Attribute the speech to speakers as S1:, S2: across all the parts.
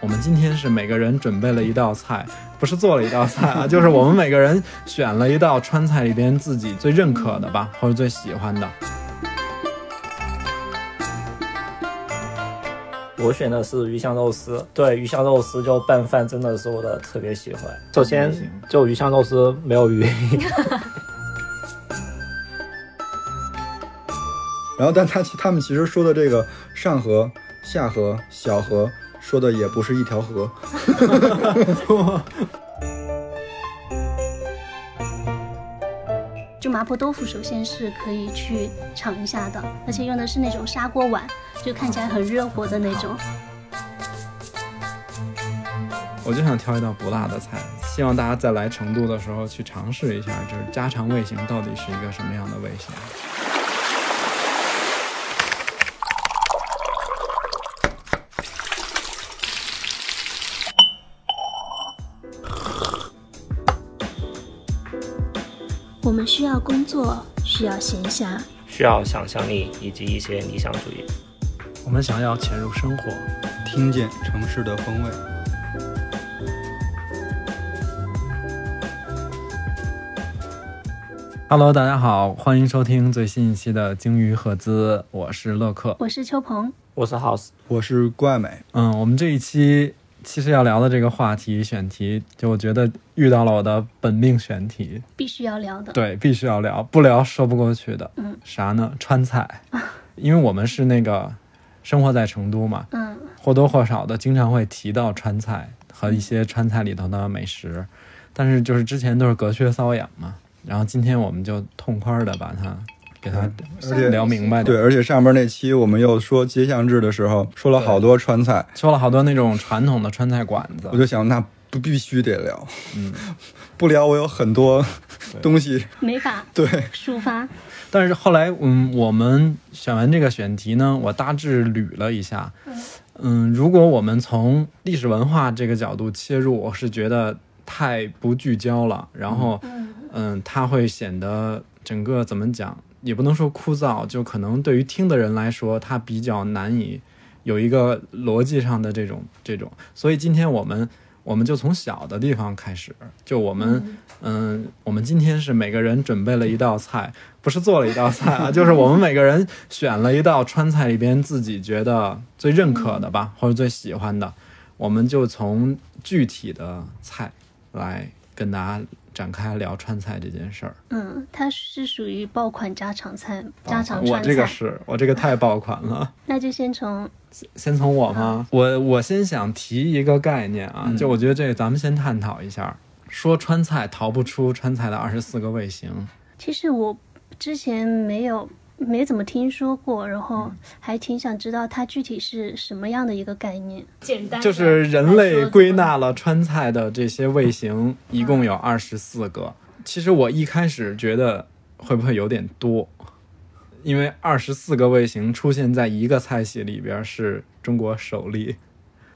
S1: 我们今天是每个人准备了一道菜，不是做了一道菜啊， 就是我们每个人选了一道川菜里边自己最认可的吧，或者最喜欢的。
S2: 我选的是鱼香肉丝，对鱼香肉丝就拌饭真的是我的特别喜欢。首
S3: 嗯
S2: 先
S1: 行
S2: 就鱼香肉丝没有鱼，
S3: 然后，但他其他们其实说的这个上河、下河、小河，说的也不是一条河。
S4: 就麻婆豆腐，首先是可以去尝一下的，而且用的是那种砂锅碗，就看起来很热乎的那种。
S1: 我就想挑一道不辣的菜，希望大家在来成都的时候去尝试一下，就是家常味型到底是一个什么样的味型。
S5: 我们需要工作，需要闲暇，
S2: 需要想象力以及一些理想主义。
S6: 我们想要潜入生活，
S3: 听见城市的风味，
S1: Hello，大家好，欢迎收听最新一期的《鲸鱼赫兹》，我是乐克。
S4: 我是秋鹏，
S2: 我是 House，
S3: 我是怪美。
S1: 嗯，我们这一期其实要聊的这个话题选题，就我觉得遇到了我的本命选题，
S4: 必须要聊的。
S1: 对，必须要聊，不聊说不过去的。
S4: 嗯，
S1: 啥呢？川菜，因为我们是那个生活在成都嘛，
S4: 嗯，
S1: 或多或少的经常会提到川菜和一些川菜里头的美食，但是就是之前都是隔靴搔痒嘛，然后今天我们就痛快的把它给它
S3: 嗯而且
S1: 聊明白，
S3: 对，，而且上边那期我们又说街巷制的时候，说了好多川菜，
S1: 说了好多那种传统的川菜馆子
S3: 我，就想那不必须得聊，
S1: 嗯，
S3: 不聊我有很多东西。
S4: 没法
S3: 对，
S4: 抒发。
S1: 但是后来，嗯，我们选完这个选题呢，我大致捋了一下，嗯，如果我们从历史文化这个角度切入，我是觉得太不聚焦了，然后，嗯，它会显得整个怎么讲，也不能说枯燥，就可能对于听的人来说，它比较难以有一个逻辑上的这种这种，所以今天我们。我们就从小的地方开始，就我们，嗯我们今天是每个人准备了一道菜，不是做了一道菜啊， 就是我们每个人选了一道川菜里边自己觉得最认可的吧，或者最喜欢的，我们就从具体的菜来跟大家展开聊川菜这件事儿。
S4: 嗯，它是属于爆款家常菜，家常
S1: 啊我
S4: 川菜。
S1: 这个是我这个太爆款 了。
S4: 那就先从
S1: 先从我 吗？我我先想提一个概念啊，
S4: 嗯
S1: 就我觉得这个咱们先探讨一下。说川菜逃不出川菜的二十四个味型，
S4: 其实我之前没有没怎么听说过，然后
S1: 嗯
S4: 还挺想知道它具体是什么样的一个概念。
S7: 简单的
S1: 就是人类归纳了川菜的这些味型，一共有二十四个。其实我一开始觉得会不会有点多，因为二十四个味型出现在一个菜系里边是中国首例。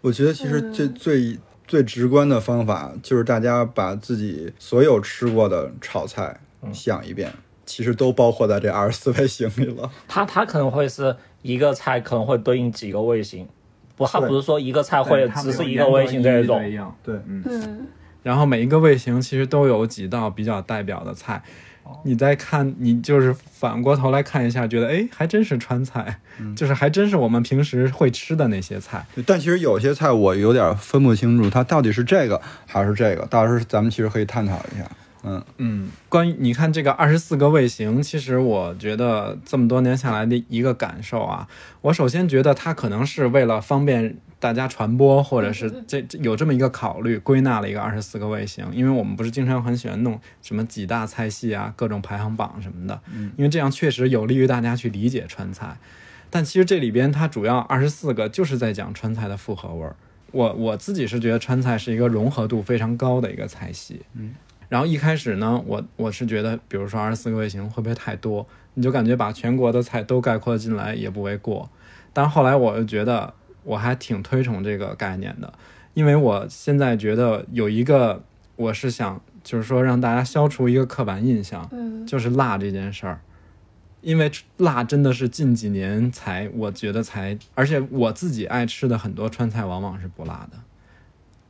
S3: 我觉得其实最最最直观的方法就是大家把自己所有吃过的炒菜想一遍，其实都包括在这二十四味型里了。
S2: 它它可能会是一个菜可能会对应几个味型，不，它
S3: 对
S2: 不是说一个菜会只是一个味型这一种。
S1: 种。
S3: 对，嗯，
S4: 嗯，
S1: 然后每一个味型其实都有几道比较代表的菜。
S2: 哦
S1: 你再看，你就是反过头来看一下，觉得哎，还真是川菜，
S2: 嗯
S1: 就是还真是我们平时会吃的那些菜。
S3: 但其实有些菜我有点分不清楚，它到底是这个还是这个。到时候咱们其实可以探讨一下。嗯，
S1: 嗯，关于你看这个二十四个味型，其实我觉得这么多年下来的一个感受啊，我首先觉得它可能是为了方便大家传播，或者是这这有这么一个考虑，归纳了一个二十四个味型。因为我们不是经常很喜欢弄什么几大菜系啊，各种排行榜什么的，因为这样确实有利于大家去理解川菜。但其实这里边它主要二十四个就是在讲川菜的复合味儿。我我自己是觉得川菜是一个融合度非常高的一个菜系。然后一开始呢，我我是觉得，比如说二十四个味型会不会太多？你就感觉把全国的菜都概括进来也不为过。但后来我又觉得，我还挺推崇这个概念的，因为我现在觉得有一个，我是想就是说让大家消除一个刻板印象，
S4: 嗯
S1: 就是辣这件事儿。因为辣真的是近几年才，我觉得才，而且我自己爱吃的很多川菜往往是不辣的，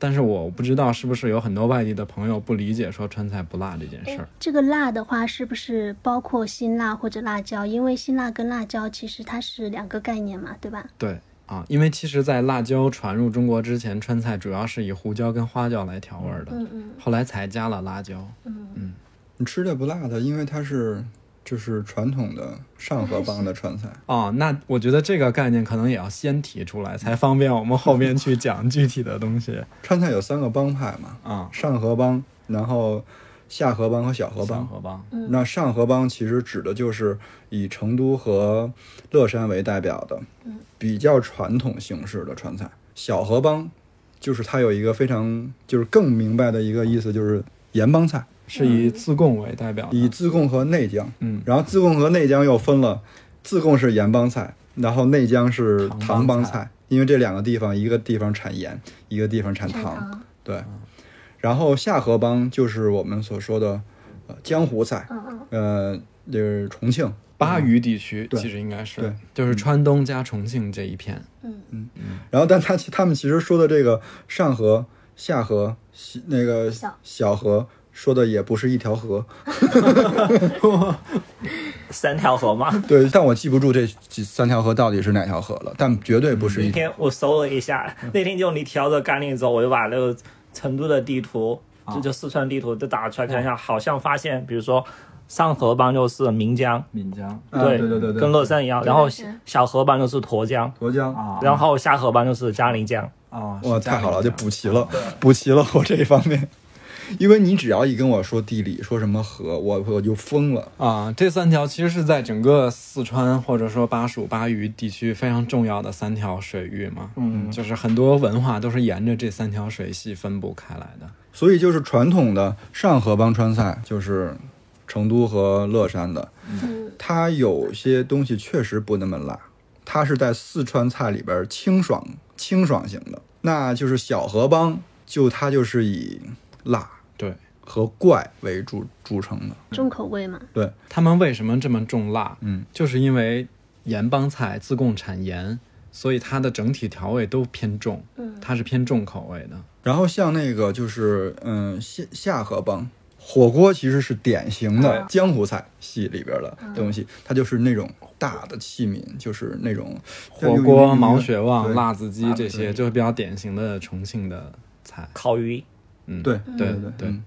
S1: 但是我不知道是不是有很多外地的朋友不理解说川菜不辣这件事儿。
S4: 这个辣的话，是不是包括辛辣或者辣椒？因为辛辣跟辣椒其实它是两个概念嘛，对吧？
S1: 对啊，因为其实，在辣椒传入中国之前，川菜主要是以胡椒跟花椒来调味儿的，
S4: 嗯嗯
S1: 后来才加了辣椒。
S3: 你吃这不辣的，因为它是就是传统的上河帮的川菜。
S1: 哦，那我觉得这个概念可能也要先提出来，才方便我们后面去讲具体的东 西
S3: 川菜有三个帮派嘛，
S1: 啊。
S3: 上河帮，然后下河帮和小河嗯
S1: 三
S3: 帮。
S1: 合帮，
S4: 嗯
S3: 那上河帮其实指的就是以成都和乐山为代表的比较传统形式的川菜。小河帮就是它有一个非常就是更明白的一个意思，就是盐帮菜，
S1: 是以自贡为代
S4: 嗯
S1: 表的，
S3: 以自贡和内江。
S1: 嗯
S3: 然后自贡和内江又分了，自贡是盐帮菜，然后内江是
S1: 糖
S3: 糖
S1: 帮
S3: 帮
S1: 菜
S3: 菜，因为这两个地方一个地方产盐，一个地方产
S4: 砂
S3: 糖。
S4: 糖，
S3: 对，然后下河帮就是我们所说的、呃、江湖菜，
S4: 嗯
S3: 呃，就是重庆。
S1: 巴渝地区
S3: 对
S1: 其实应该是
S3: 对，
S1: 就是川东加重庆这一片。
S4: 嗯嗯，
S3: 然后，但他其他们其实说的这个上河、下河、西那个
S4: 小
S3: 小河，说的也不是一条河。
S2: 三条河吗？
S3: 对，但我记不住这几三条河到底是哪条河了，但绝对不是一
S2: 那
S3: 条。
S2: 天 我搜了一下，
S3: 嗯
S2: 那天就你提到这个概念之后，我就把那个成都的地图，
S3: 啊
S2: 就就四川地图，就打出来
S3: 嗯
S2: 看一下，好像发现，比如说上河帮就是岷江，
S1: 岷江
S3: 啊对对对对
S2: 跟乐山一样，然后
S4: 对对
S2: 小河帮就是沱江，
S3: 沱江
S1: 啊，
S2: 然后下河帮就是嘉陵江。
S1: 啊，
S3: 哇，
S1: 是嘉
S3: 太好了，
S1: 陵
S3: 就
S1: 江
S3: 补齐了，补齐了我这一方面。因为你只要一跟我说地理，说什么河，我我就疯了。
S1: 啊，这三条其实是在整个四川或者说巴蜀、巴渝地区非常重要的三条水域嘛。嗯，就是很多文化都是沿着这三条水系分布开来的。
S3: 所以就是传统的上河帮川菜，就是成都和乐山的，它有些东西确实不那么辣，它是在四川菜里边清爽清爽型的。那就是小河帮，就它就是以辣
S1: 对，
S3: 和怪为著著称的。
S4: 重口味嘛，
S1: 他们为什么这么重辣？
S3: 嗯，
S1: 就是因为盐帮菜自贡产盐，所以它的整体调味都偏重，
S4: 嗯
S1: 它是偏重口味的。
S3: 然后像那个就是嗯下下河帮火锅其实是典型的江湖菜系里边的东西，它就是那种大的器皿，就是那种
S1: 火锅、毛
S3: 血
S1: 血旺、
S3: 对
S1: 辣子鸡这些
S3: 对
S1: 就是比较典型的重庆的菜。
S2: 烤鱼，
S1: 嗯，
S3: 对
S1: 对
S3: 对对
S1: 对
S3: 嗯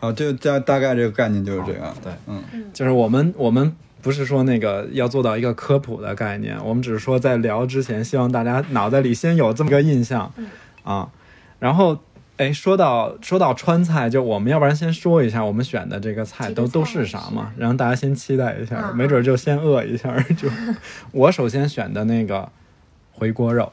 S3: 啊，这大大概这个概念就是这样。
S1: 对，
S3: 嗯，
S1: 就是我们我们不是说那个要做到一个科普的概念，我们只是说在聊之前，希望大家脑袋里先有这么个印象，
S4: 嗯
S1: 啊，然后。哎，说到说到川菜，就我们要不然先说一下我们选的这个菜
S4: 几个
S1: 都都
S4: 菜
S1: 是啥
S4: 是
S1: 嘛，让大家先期待一下，
S4: 啊
S1: 没准就先饿一下。 就我首先选的那个回锅肉，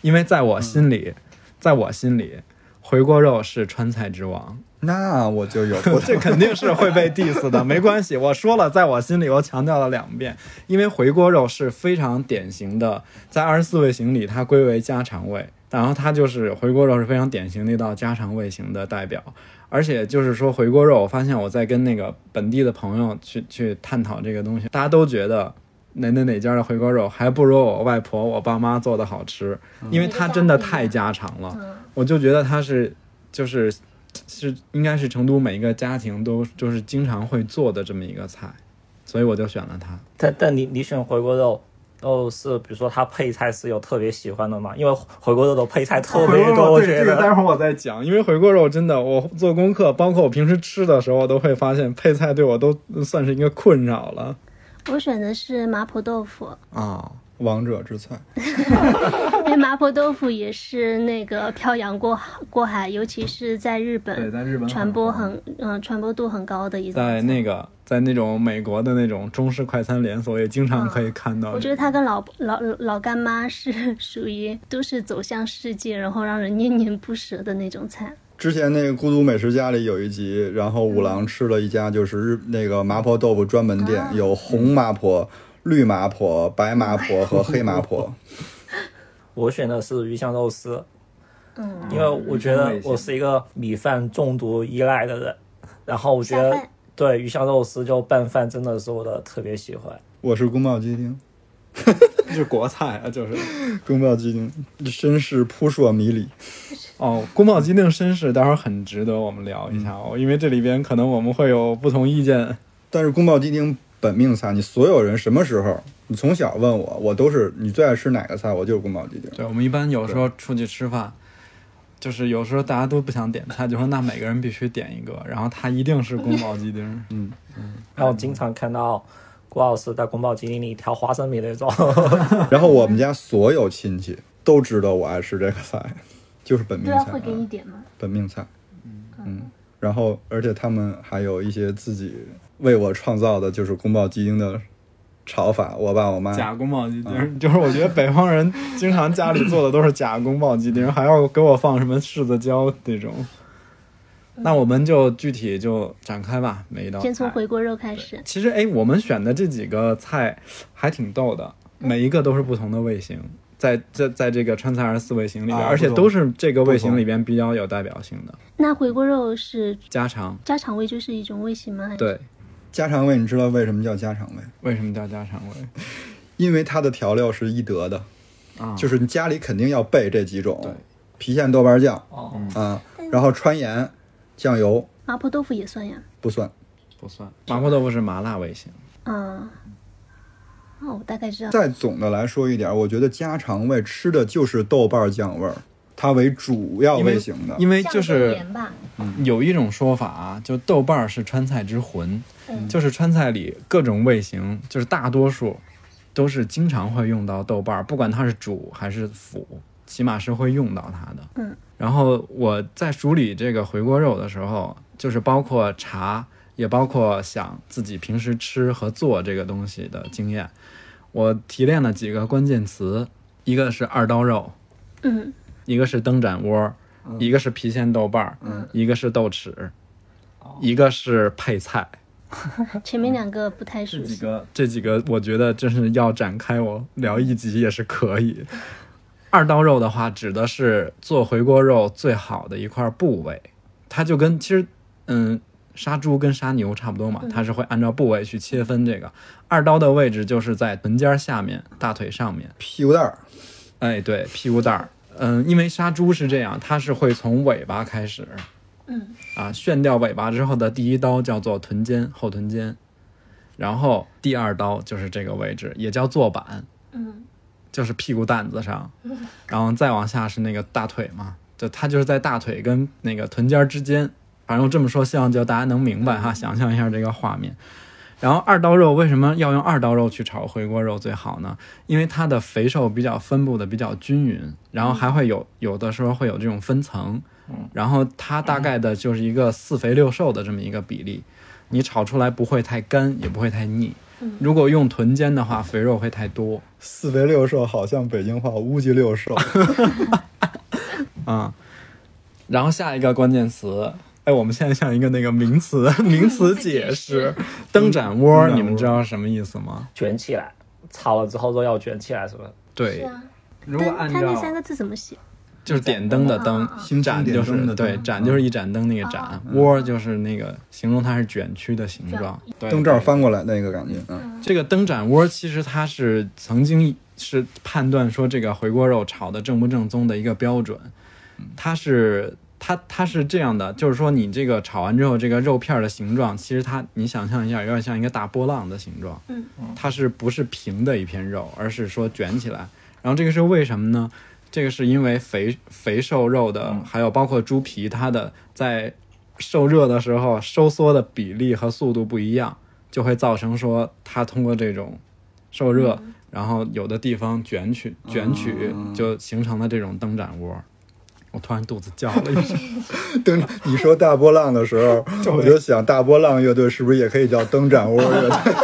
S1: 因为在我心里，
S4: 嗯
S1: 在我心里，回锅肉是川菜之王。
S3: 那我就 有不
S1: 这肯定是会被 diss 的，没关系，我说了，在我心里我强调了两遍，因为回锅肉是非常典型的，在二十四味型里它归为家常味，然后它就是回锅肉是非常典型的一道家常味型的代表，而且就是说回锅肉，我发现我在跟那个本地的朋友去去探讨这个东西，大家都觉得。哪哪哪家的回锅肉还不如我外婆、我爸妈做的好吃，因为它真的太家常了。我就觉得它是就是是应该是成都每一个家庭都就是经常会做的这么一个菜，所以我就选了它。
S2: 但但你你选回锅肉。哦，是，比如说它配菜是有特别喜欢的嘛？因为回锅肉的配菜特别多，我
S1: 对
S2: 觉
S1: 这个
S2: 得
S1: 待会儿我再讲，因为回锅肉真的，我做功课，包括我平时吃的时候，都会发现配菜对我都算是一个困扰了
S4: 我选的是麻婆豆腐，
S1: 啊。
S3: 王者之菜。
S4: 因为麻婆豆腐也是那个漂洋过海过海，尤其是在日本，
S1: 日本
S4: 传播很嗯传播度很高的一道
S1: 在
S4: 菜。
S1: 那个在那种美国的那种中式快餐连锁也经常可以看到。
S4: 啊我觉得他跟老老老干妈是 属于都是走向世界，然后让人念念不舍的那种菜。
S3: 之前那个《孤独美食家》里有一集，然后五郎吃了一家就是日那个麻婆豆腐专门店，有红麻婆、绿麻婆、白麻婆和黑麻婆。
S2: 我选的是鱼香肉丝，嗯，因为我觉得我是一个米饭重度依赖的人，然后我觉
S4: 下
S2: 得
S4: 饭
S2: 对鱼香肉丝就拌饭真的是我的特别喜欢。
S3: 我是宫保鸡丁，
S1: 就是国菜啊，就是
S3: 宫保鸡丁，绅士扑朔迷离。
S1: 哦，宫保鸡丁绅士待会儿很值得我们聊一下哦，因为这里边可能我们会有不同意见。
S3: 但是宫保鸡丁本命菜，你所有人什么时候，你从小问我，我都是你最爱吃哪个菜，我就是宫保鸡 丁。
S1: 对，我们一般有时候出去吃饭，就是有时候大家都不想点菜，就说那每个人必须点一个，然后他一定是宫保鸡 丁。
S2: 然后经常看到郭老师在宫保鸡丁里挑花生米那种，
S3: 然后我们家所有亲戚都知道我爱吃这个 菜，就是本命
S4: 对啊，
S3: 菜
S4: 会给
S3: 啊，
S4: 你点吗？
S3: 本命菜。嗯，然后而且他们还有一些自己为我创造的，就是宫保鸡丁的炒法。我爸我妈
S1: 假宫保鸡丁，嗯就是我觉得北方人经常家里做的都是假宫保鸡丁，还要给我放什么柿子椒那种。那我们就具体就展开吧，每一道
S4: 嗯先从
S1: 菜
S4: 回锅肉开始。
S1: 其实哎，我们选的这几个菜还挺逗的，每一个都是不同的味型，在在在这个川菜二十四味型里边，
S3: 啊
S1: 而且
S3: 不同
S1: 都是这个味型
S3: 不同
S1: 里边比较有代表性的
S4: 那回锅肉是
S1: 家常。
S4: 家常味，就是一种味型吗？还是，
S1: 对，
S3: 家常味，你知道为什么叫家常味？
S1: 为什么叫家常味？
S3: 因为它的调料是一德的，
S1: 啊
S3: 就是你家里肯定要备这几种，
S1: 对
S3: 郫县豆瓣酱
S2: 哦
S3: 啊，然后川盐、酱油
S4: 麻婆豆腐也算呀。
S3: 不算，
S1: 不算，麻婆豆腐是麻辣味型。
S4: 嗯，哦，我大概知道。
S3: 再总的来说一点，我觉得家常味吃的就是豆瓣酱味儿，它为主要味型的。
S1: 因为就是
S7: 盐吧，
S1: 有一种说法啊，就豆瓣儿是川菜之魂，
S4: 嗯
S1: 就是川菜里各种味型，就是大多数都是经常会用到豆瓣儿，不管它是煮还是腐，起码是会用到它的。
S4: 嗯，
S1: 然后我在梳理这个回锅肉的时候，就是包括查，也包括想自己平时吃和做这个东西的经验，我提炼了几个关键词，一个是二刀肉，
S4: 嗯，
S1: 一个是灯盏窝，一个是郫县豆瓣儿，一个是豆豉，一个是配菜。
S4: 前面两个不太熟悉。
S1: 个这几个，我觉得真是要展开我聊一集也是可以。二刀肉的话，指的是做回锅肉最好的一块部位，它就跟其实嗯杀猪跟杀牛差不多嘛，它是会按照部位去切分这个。二刀的位置就是在臀尖儿下面、大腿上面。
S3: 屁股蛋儿，
S1: 哎，对，屁股蛋儿。嗯，因为杀猪是这样，它是会从尾巴开始，
S4: 嗯，
S1: 啊，炫掉尾巴之后的第一刀叫做臀尖，后臀尖，然后第二刀就是这个位置，也叫坐板，
S4: 嗯，
S1: 就是屁股蛋子 上，然后再往下是那个大腿嘛，就它就是在大腿跟那个臀尖儿之间，反正我这么说，希望就大家能明白
S4: 嗯
S1: 哈，想象一下这个画面。然后二刀肉为什么要用二刀肉去炒回锅肉最好呢？因为它的肥瘦比较分布的比较均匀，然后还会有有的时候会有这种分层，然后它大概的就是一个四肥六瘦的这么一个比例，你炒出来不会太干，也不会太腻。如果用臀尖的话，肥肉会太多
S3: 四肥六瘦，好像北京话乌鸡六瘦。
S1: 啊、然后下一个关键词，哎，我们现在像一个那个名词 名词解释，灯盏窝，
S3: 灯盏窝
S1: 你们知道什么意思吗？
S2: 卷起来，炒了之后肉要卷起来，是不是？
S1: 对，如果
S4: 但
S1: 按
S4: 它那三
S1: 照
S4: 个字怎么写？
S1: 就是点灯的灯，
S3: 星
S1: 盏
S3: 展
S1: 就
S3: 就是是
S1: 对，盏就是一盏灯那个盏，窝就是那个形容它是卷曲的形状，对
S3: 灯罩翻过来那个感觉，嗯，
S1: 这个灯盏窝其实它是曾经是判断说这个回锅肉炒的正不正宗的一个标准，它是它它是这样的，就是说你这个炒完之后，这个肉片儿的形状，其实它你想象一下，有点像一个大波浪的形状，
S4: 嗯，
S1: 它是不是平的一片肉，而是说卷起来，然后这个是为什么呢？这个是因为肥肥瘦肉的，还有包括猪皮，它的在受热的时候收缩的比例和速度不一样，就会造成说它通过这种受热，然后有的地方卷曲卷曲就形成了这种灯盏窝。我突然肚子叫了一声，
S3: 灯。你说大波浪的时 候，我就想大波浪乐队是不是也可以叫灯盏窝乐队？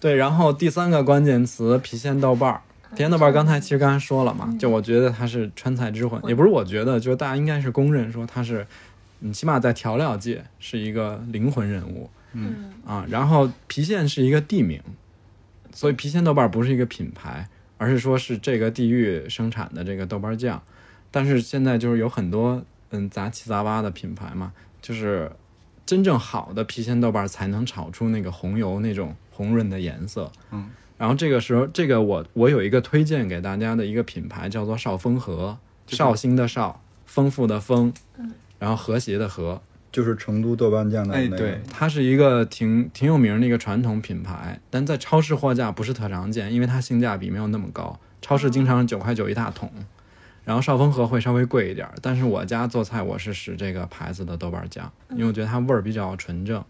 S1: 对，然后第三个关键词郫县豆瓣儿，郫县豆瓣儿刚才其实刚才说了嘛，就我觉得它是川菜之魂，也不是嗯我觉得，就是大家应该是公认说它是，你起码在调料界是一个灵魂人物，嗯啊，然后郫县是一个地名，所以郫县豆瓣儿不是一个品牌，而是说是这个地域生产的这个豆瓣儿酱，但是现在就是有很多嗯杂七杂八的品牌嘛，就是真正好的郫县豆瓣儿才能炒出那个红油那种红润的颜色。嗯，然后这个时候，这个我我有一个推荐给大家的一个品牌，叫做绍丰和，绍兴的绍，丰富的丰，然后和谐的和，
S3: 就是成都豆瓣酱的那个。
S1: 哎对，它是一个挺挺有名的一个传统品牌，但在超市货架不是特常见，因为它性价比没有那么高。超市经常九块九一大桶，然后绍丰和会稍微贵一点儿。但是我家做菜我是使这个牌子的豆瓣酱，因为我觉得它味儿比较纯正。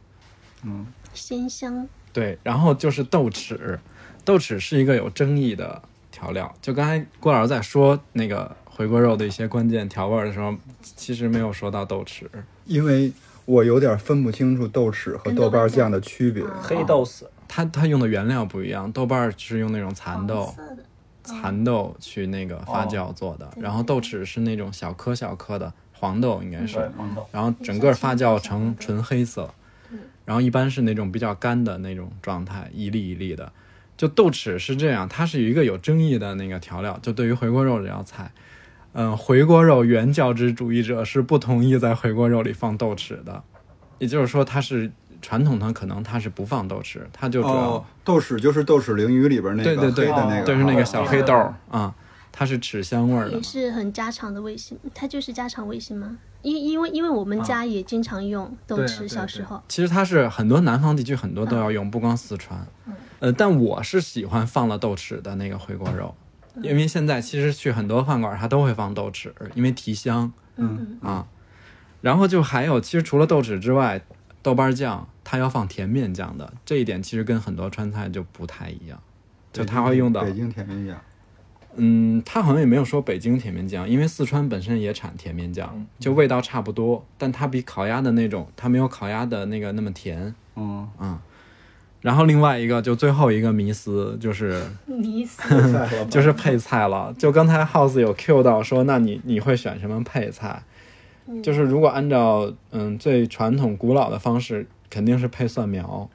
S4: 鲜香，
S1: 对，然后就是豆豉，豆豉是一个有争议的调料。就刚才郭老师在说那个回锅肉的一些关键调味儿的时候，其实没有说到豆豉。
S3: 因为我有点分不清楚豆豉和豆瓣酱的啊区别。
S2: 黑豆豉，
S1: 它它用的原料不一样，豆瓣儿是用那种蚕豆，
S4: 色的
S1: 蚕豆去那个
S2: 哦
S1: 发酵做的，然后豆豉是那种小颗小颗的黄豆，应该是，
S2: 黄豆。
S1: 然后整个发酵成纯黑色，然后一般是那种比较干的那种状态，一粒一粒的。就豆豉是这样，它是一个有争议的那个调料，就对于回锅肉这道菜，嗯，回锅肉原教旨主义者是不同意在回锅肉里放豆豉的，也就是说它是传统的，可能它是不放豆豉，它就主要、
S3: 哦，豆豉就是豆豉鲮鱼里边那个
S1: 对对对
S3: 黑的那个，
S1: 就是那个
S3: 哦
S1: 小黑豆儿啊、它是豉香味儿的
S4: 也
S1: 嘛。
S4: 是很家常的味型，它就是家常味型吗？因因为因为我们家也经常用豆
S1: 啊对啊对
S4: 豉，
S1: 啊
S4: 小时候
S1: 其实它是很多南方地区很多都要用，不光四川。呃，但我是喜欢放了豆豉的那个回锅肉，因为现在其实去很多饭馆它都会放豆豉，因为提香。嗯啊，然后就还有，其实除了豆豉之外，豆瓣酱它要放甜面酱的，这一点其实跟很多川菜就不太一样，就它会用到
S3: 北京甜面酱。
S1: 嗯，他好像也没有说北京甜面酱，因为四川本身也产甜面酱，就味道差不多，但它比烤鸭的那种，它没有烤鸭的那个那么甜。
S3: 嗯，
S1: 然后另外一个就最后一个迷思就是
S4: 迷死。
S1: 就是配菜了，就刚才 House 有 Q 到说，那你你会选什么配菜？就是如果按照嗯最传统古老的方式，肯定是配蒜苗，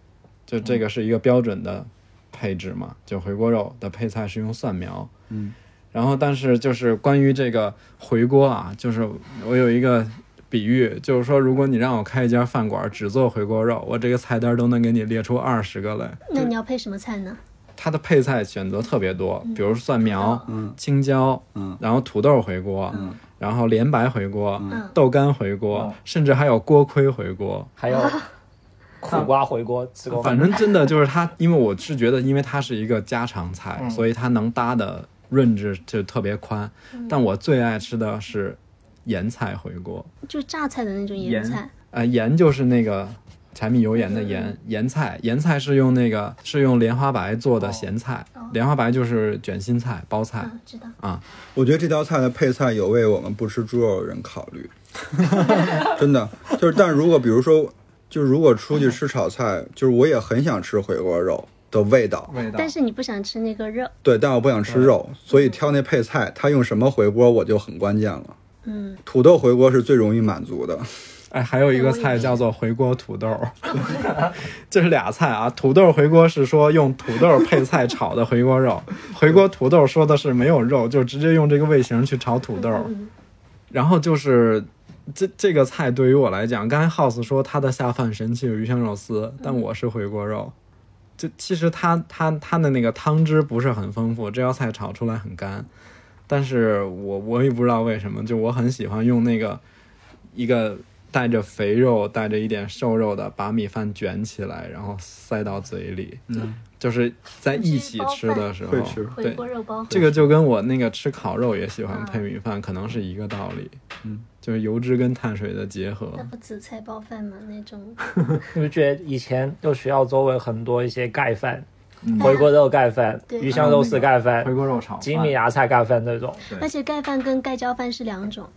S1: 就这个是一个标准的配置嘛，就回锅肉的配菜是用蒜苗。
S3: 嗯，
S1: 然后但是就是关于这个回锅啊，就是我有一个比喻，就是说如果你让我开一家饭馆只做回锅肉，我这个菜单都能给你列出二十个来。
S4: 那你要配什么菜呢？
S1: 它的配菜选择特别多，比如蒜苗、
S3: 嗯
S1: 青椒，
S3: 嗯
S1: 然后土豆回锅，
S3: 嗯
S1: 然后莲白回锅，
S4: 嗯
S1: 豆干回锅，
S2: 嗯
S1: 甚至还有锅盔回锅。
S2: 还
S4: 啊
S2: 有苦瓜回锅，吃过吗
S1: 反正真的就是它，因为我是觉得，因为它是一个家常菜，所以它能搭的润质就特别宽。
S3: 嗯
S1: 但我最爱吃的是盐菜回锅，
S4: 就榨菜的那种
S1: 盐
S4: 盐菜，
S1: 呃，盐就是那个柴米油盐的盐，
S3: 嗯
S1: 盐菜，盐菜是用那个是用莲花白做
S3: 哦
S1: 的咸菜，莲花白就是卷心菜、包菜。
S4: 嗯，知道。
S3: 我觉得这道菜的配菜有为我们不吃猪肉的人考 虑，真的就是。但如果比如说，就是如果出去吃炒菜，就是我也很想吃回锅肉的味道，
S1: 味道
S4: 但是你不想吃那个肉，
S3: 对，但我不想吃肉，所以挑那配菜，它用什么回锅我就很关键了。
S4: 嗯，
S3: 土豆回锅是最容易满足的，
S1: 哎，还有一个菜叫做回锅土豆， 这是俩菜啊。土豆回锅是说用土豆配菜炒的回锅肉， 回锅土豆说的是没有肉，就直接用这个味型去炒土豆。然后就是这这个菜对于我来讲，刚才 House 说他的下饭神器有鱼香肉丝，但我是回锅肉。就其实它它它的那个汤汁不是很丰富，这道菜炒出来很干，但是我我也不知道为什么，就我很喜欢用那个一个带着肥肉、带着一点瘦肉的，把米饭卷起来，然后塞到嘴里，
S3: 嗯，
S1: 就是在一起吃的时候
S3: 会吃
S4: 回
S1: 对
S4: 锅肉啊包。
S1: 这个就跟我那个吃烤肉也喜欢配米饭，可能是一个道理。
S3: 嗯，
S1: 就是油脂跟碳水的结合。
S4: 那不紫菜包饭吗？那种
S2: 你不觉得以前就学校周围很多一些盖饭，回锅肉盖饭、
S4: 对
S2: 鱼香肉丝盖饭、
S1: 回锅肉炒饭
S2: 吉米芽菜盖饭这种，
S1: 对
S4: 而且盖饭跟盖浇饭是两种。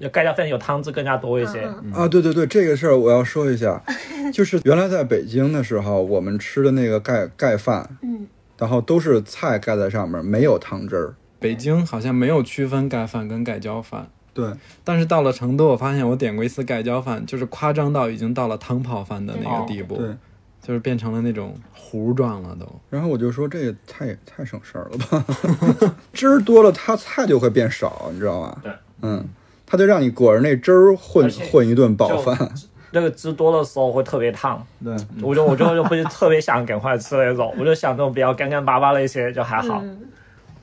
S2: 有盖浇饭有汤汁更加多一些。
S4: 嗯
S3: 啊，对对对，这个事儿我要说一 下，就是原来在北京的时候，我们吃的那个盖盖饭，
S4: 嗯，
S3: 然后都是菜盖在上面，没有汤汁儿。
S1: 北京好像没有区分盖饭跟盖浇饭，
S3: 对，
S1: 但是到了成都，我发现我点过一次盖浇饭，就是夸张到已经到了汤泡饭的那个地步，
S3: 对，
S1: 就是变成了那种糊状了都。
S3: 然后我就说这也太太省事儿了吧， 汁儿多了它菜就会变少，你知道吗？
S2: 对，
S3: 嗯，它就让你裹着那汁儿混
S2: 而且
S3: 混一顿饱饭。
S2: 那个汁多的时候会特别烫，
S3: 对，
S2: 我就我就就会特别想赶快吃那 种，我就想那种比较干干巴巴的一些就还好。
S4: 嗯，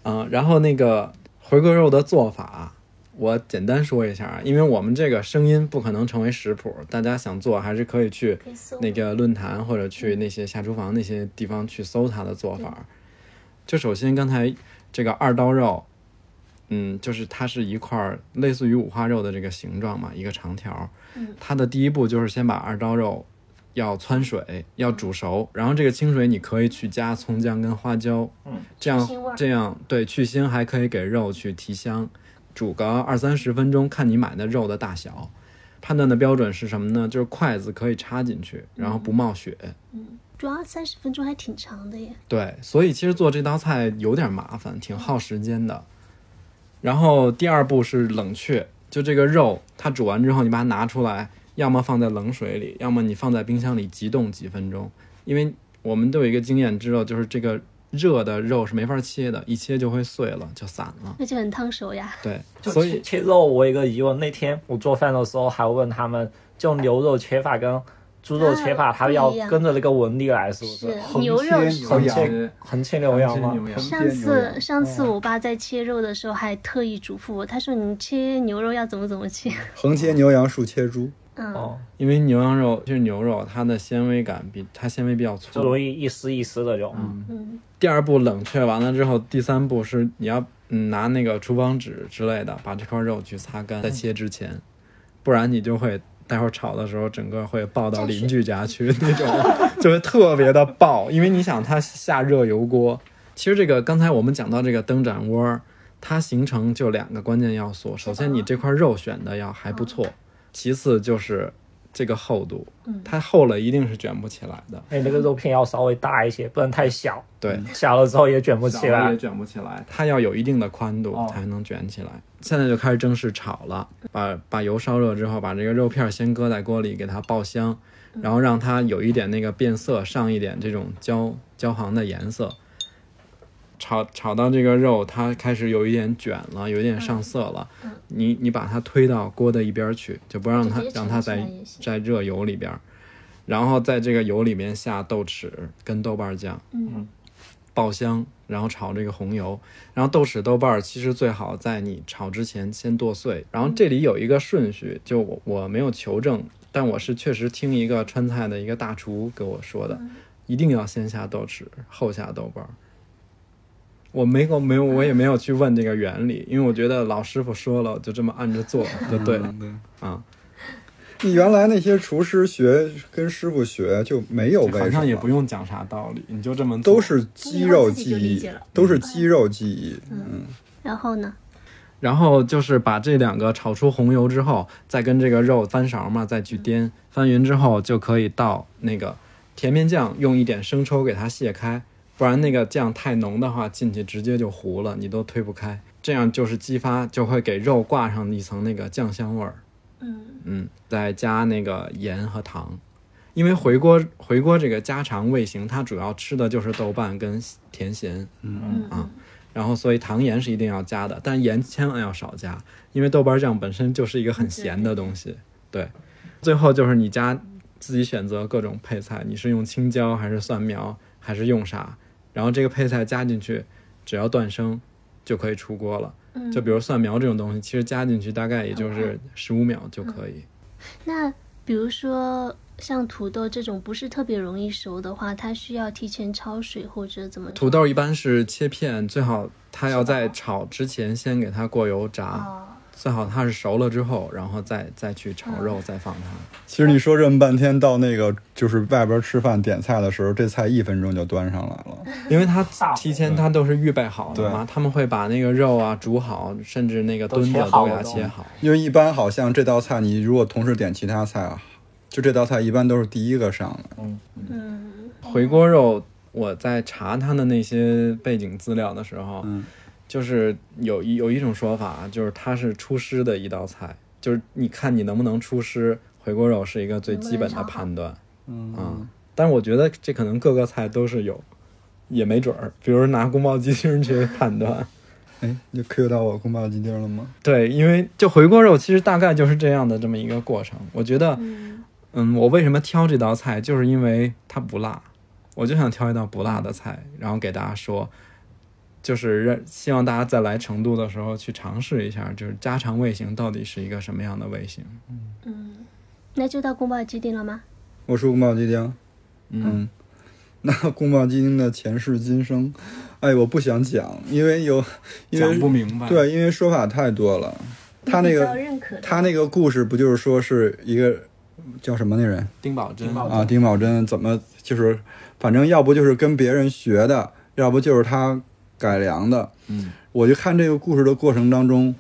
S1: 嗯，然后那个回锅肉的做法，我简单说一下啊，因为我们这个声音不可能成为食谱，大家想做还是可以去
S4: 可以搜
S1: 那个论坛或者去那些下厨房那些地方去搜它的做法。就首先刚才这个二刀肉，嗯，就是它是一块儿类似于五花肉的这个形状嘛，一个长条。
S4: 嗯
S1: 它的第一步就是先把二刀肉要汆水，要煮熟，然后这个清水你可以去加葱姜跟花椒，嗯，这样
S4: 去腥味儿
S1: 这样对去腥，还可以给肉去提香，煮个二三十分钟，看你买的肉的大小。判断的标准是什么呢？就是筷子可以插进去，
S2: 嗯
S1: 然后不冒血。
S4: 主要三十分钟还挺长的耶。
S1: 对，所以其实做这道菜有点麻烦，挺耗时间的。然后第二步是冷却，就这个肉它煮完之后，你把它拿出来，要么放在冷水里，要么你放在冰箱里急冻几分钟。因为我们都有一个经验知道，就是这个热的肉是没法切的，一切就会碎了，就散了。
S4: 那就很烫手呀。
S1: 对，
S2: 就
S1: 所
S2: 切
S1: 以
S2: 切肉，我有一个疑问，那天我做饭的时候还问他们，就牛肉切法跟猪肉切法，
S4: 啊
S2: 它要
S4: 不一样
S2: 跟着那个纹理来，是不
S4: 是
S2: 是？
S4: 牛肉
S3: 切
S4: 是
S3: 牛
S2: 横
S3: 羊
S2: 切横切牛羊吗？
S1: 羊
S4: 上次上次我爸在切肉的时候还特意嘱咐我，他说你切牛肉要怎么怎么切。
S3: 横切牛羊，竖切猪，
S4: 嗯，
S2: 哦，
S1: 因为牛羊肉就是牛肉，它的纤维感比它纤维比较粗，
S2: 就容易一丝一丝的就。嗯
S1: 第二步冷却完了之后，第三步是你要嗯拿那个厨房纸之类的把这块肉去擦干，在切之前，不然你就会待会儿炒的时候整个会爆到邻居家去那种， 就会特别的爆，因为你想它下热油锅，其实这个刚才我们讲到这个灯盏窝儿，它形成就两个关键要素，首先你这块肉选的要还不错，其次就是这个厚度，它厚了一定是卷不起来的。
S2: 哎，那个肉片要稍微大一些，不能太小，
S1: 对，
S2: 小了之后也卷不起
S1: 小的
S2: 来哦
S1: 也。卷不起来，它要有一定的宽度才能卷起来。现在就开始正式炒了，把把油烧热之后，把这个肉片儿先搁在锅里给它爆香，
S2: 嗯
S1: 然后让它有一点那个变色，上一点这种焦焦黄的颜色。炒炒到这个肉它开始有一点卷了，有一点
S4: 嗯
S1: 上色了，你你把它推到锅的一边儿去，就不让它
S4: 直接
S1: 让它
S4: 盛出来
S1: 在
S4: 也行
S1: 在热油里边儿，然后在这个油里面下豆豉跟豆瓣酱，
S4: 嗯
S1: 爆香，然后炒这个红油，然后豆豉、豆瓣儿其实最好在你炒之前先剁碎。然后这里有一个顺序，就我我没有求证，但我是确实听一个川菜的一个大厨给我说的，
S4: 嗯
S1: 一定要先下豆豉，后下豆瓣儿。我没有没有，我也没有去问这个原理，因为我觉得老师傅说了，就这么按着做就对了。
S3: 对
S1: 啊，
S3: 你原来那些厨师学跟师傅学就没有
S1: 好
S3: 为什
S1: 像也
S3: 么
S1: 不。用讲啥道理，你就这么做
S3: 都是肌肉记
S4: 你以后自己就理
S3: 忆
S4: 解了，嗯
S3: 都是肌肉记忆。嗯，
S4: 然后呢？
S1: 然后就是把这两个炒出红油之后，再跟这个肉翻勺嘛，再去
S3: 嗯
S1: 颠，翻匀之后就可以倒那个甜面酱，用一点生抽给它卸开，不然那个酱太浓的话，进去直接就糊了，你都推不开。这样就是激发，就会给肉挂上一层那个酱香味儿。
S4: 嗯
S1: 嗯，再加那个盐和糖，因为回锅回锅这个家常味型，它主要吃的就是豆瓣跟甜咸。
S4: 嗯，
S1: 然后所以糖盐是一定要加的，但盐千万要少加，因为豆瓣酱本身就是一个很咸的东西。对，最后就是你加自己选择各种配菜，你是用青椒还是蒜苗还是用啥，然后这个配菜加进去，只要断生就可以出锅了。就比如蒜苗这种东西，其实加进去大概也就是十五秒就可以。
S4: 那比如说像土豆这种不是特别容易熟的话，它需要提前焯水或者怎么？
S1: 土豆一般是切片，最好它要在炒之前先给它过油炸，
S4: 哦，
S1: 最好它是熟了之后，然后再再去炒肉，再放它。
S3: 其实你说这么半天，到那个就是外边吃饭点菜的时候，这菜一分钟就端上来了。
S1: 因为它提前它都是预备好的嘛，
S3: 对
S1: 他们会把那个肉啊煮好，甚至那个
S2: 都
S1: 墩
S2: 切
S1: 子
S2: 好
S1: 都给它
S2: 了都
S1: 切好。
S3: 因为一般好像这道菜，你如果同时点其他菜啊，就这道菜一般都是第一个上来。
S4: 嗯，
S1: 回锅肉，我在查它的那些背景资料的时候，
S3: 嗯
S1: 就是有一有一种说法，就是它是出师的一道菜，就是你看你能不能出师，回锅肉是一个最基本的判断。
S3: 嗯，
S1: 嗯，但是我觉得这可能各个菜都是有，也没准儿，比如拿宫保鸡丁去判断。
S3: 哎，你 Q 到我宫保鸡丁了吗？
S1: 对，因为就回锅肉其实大概就是这样的这么一个过程。我觉得，嗯、嗯，我为什么挑这道菜，就是因为它不辣，我就想挑一道不辣的菜，然后给大家说，就是让希望大家在来成都的时候去尝试一下，就是家常味型到底是一个什么样的味型。
S4: 那就到宫保鸡丁了吗？
S3: 我是宫保鸡丁，嗯， 那宫保鸡丁的前世今生，哎，我不想讲，因为有，因
S1: 讲不
S3: 为
S1: 明白，，
S3: 对，因为说法太多了。他那
S7: 比
S3: 个
S7: 较认可的
S3: 他那个故事不就是说是一个叫什么那人
S1: 丁宝桢
S3: 啊？丁宝桢怎么就是，反正要不就是跟别人学的，要不就是他改良的。
S1: 嗯，
S3: 我就看这个故事的过程当中，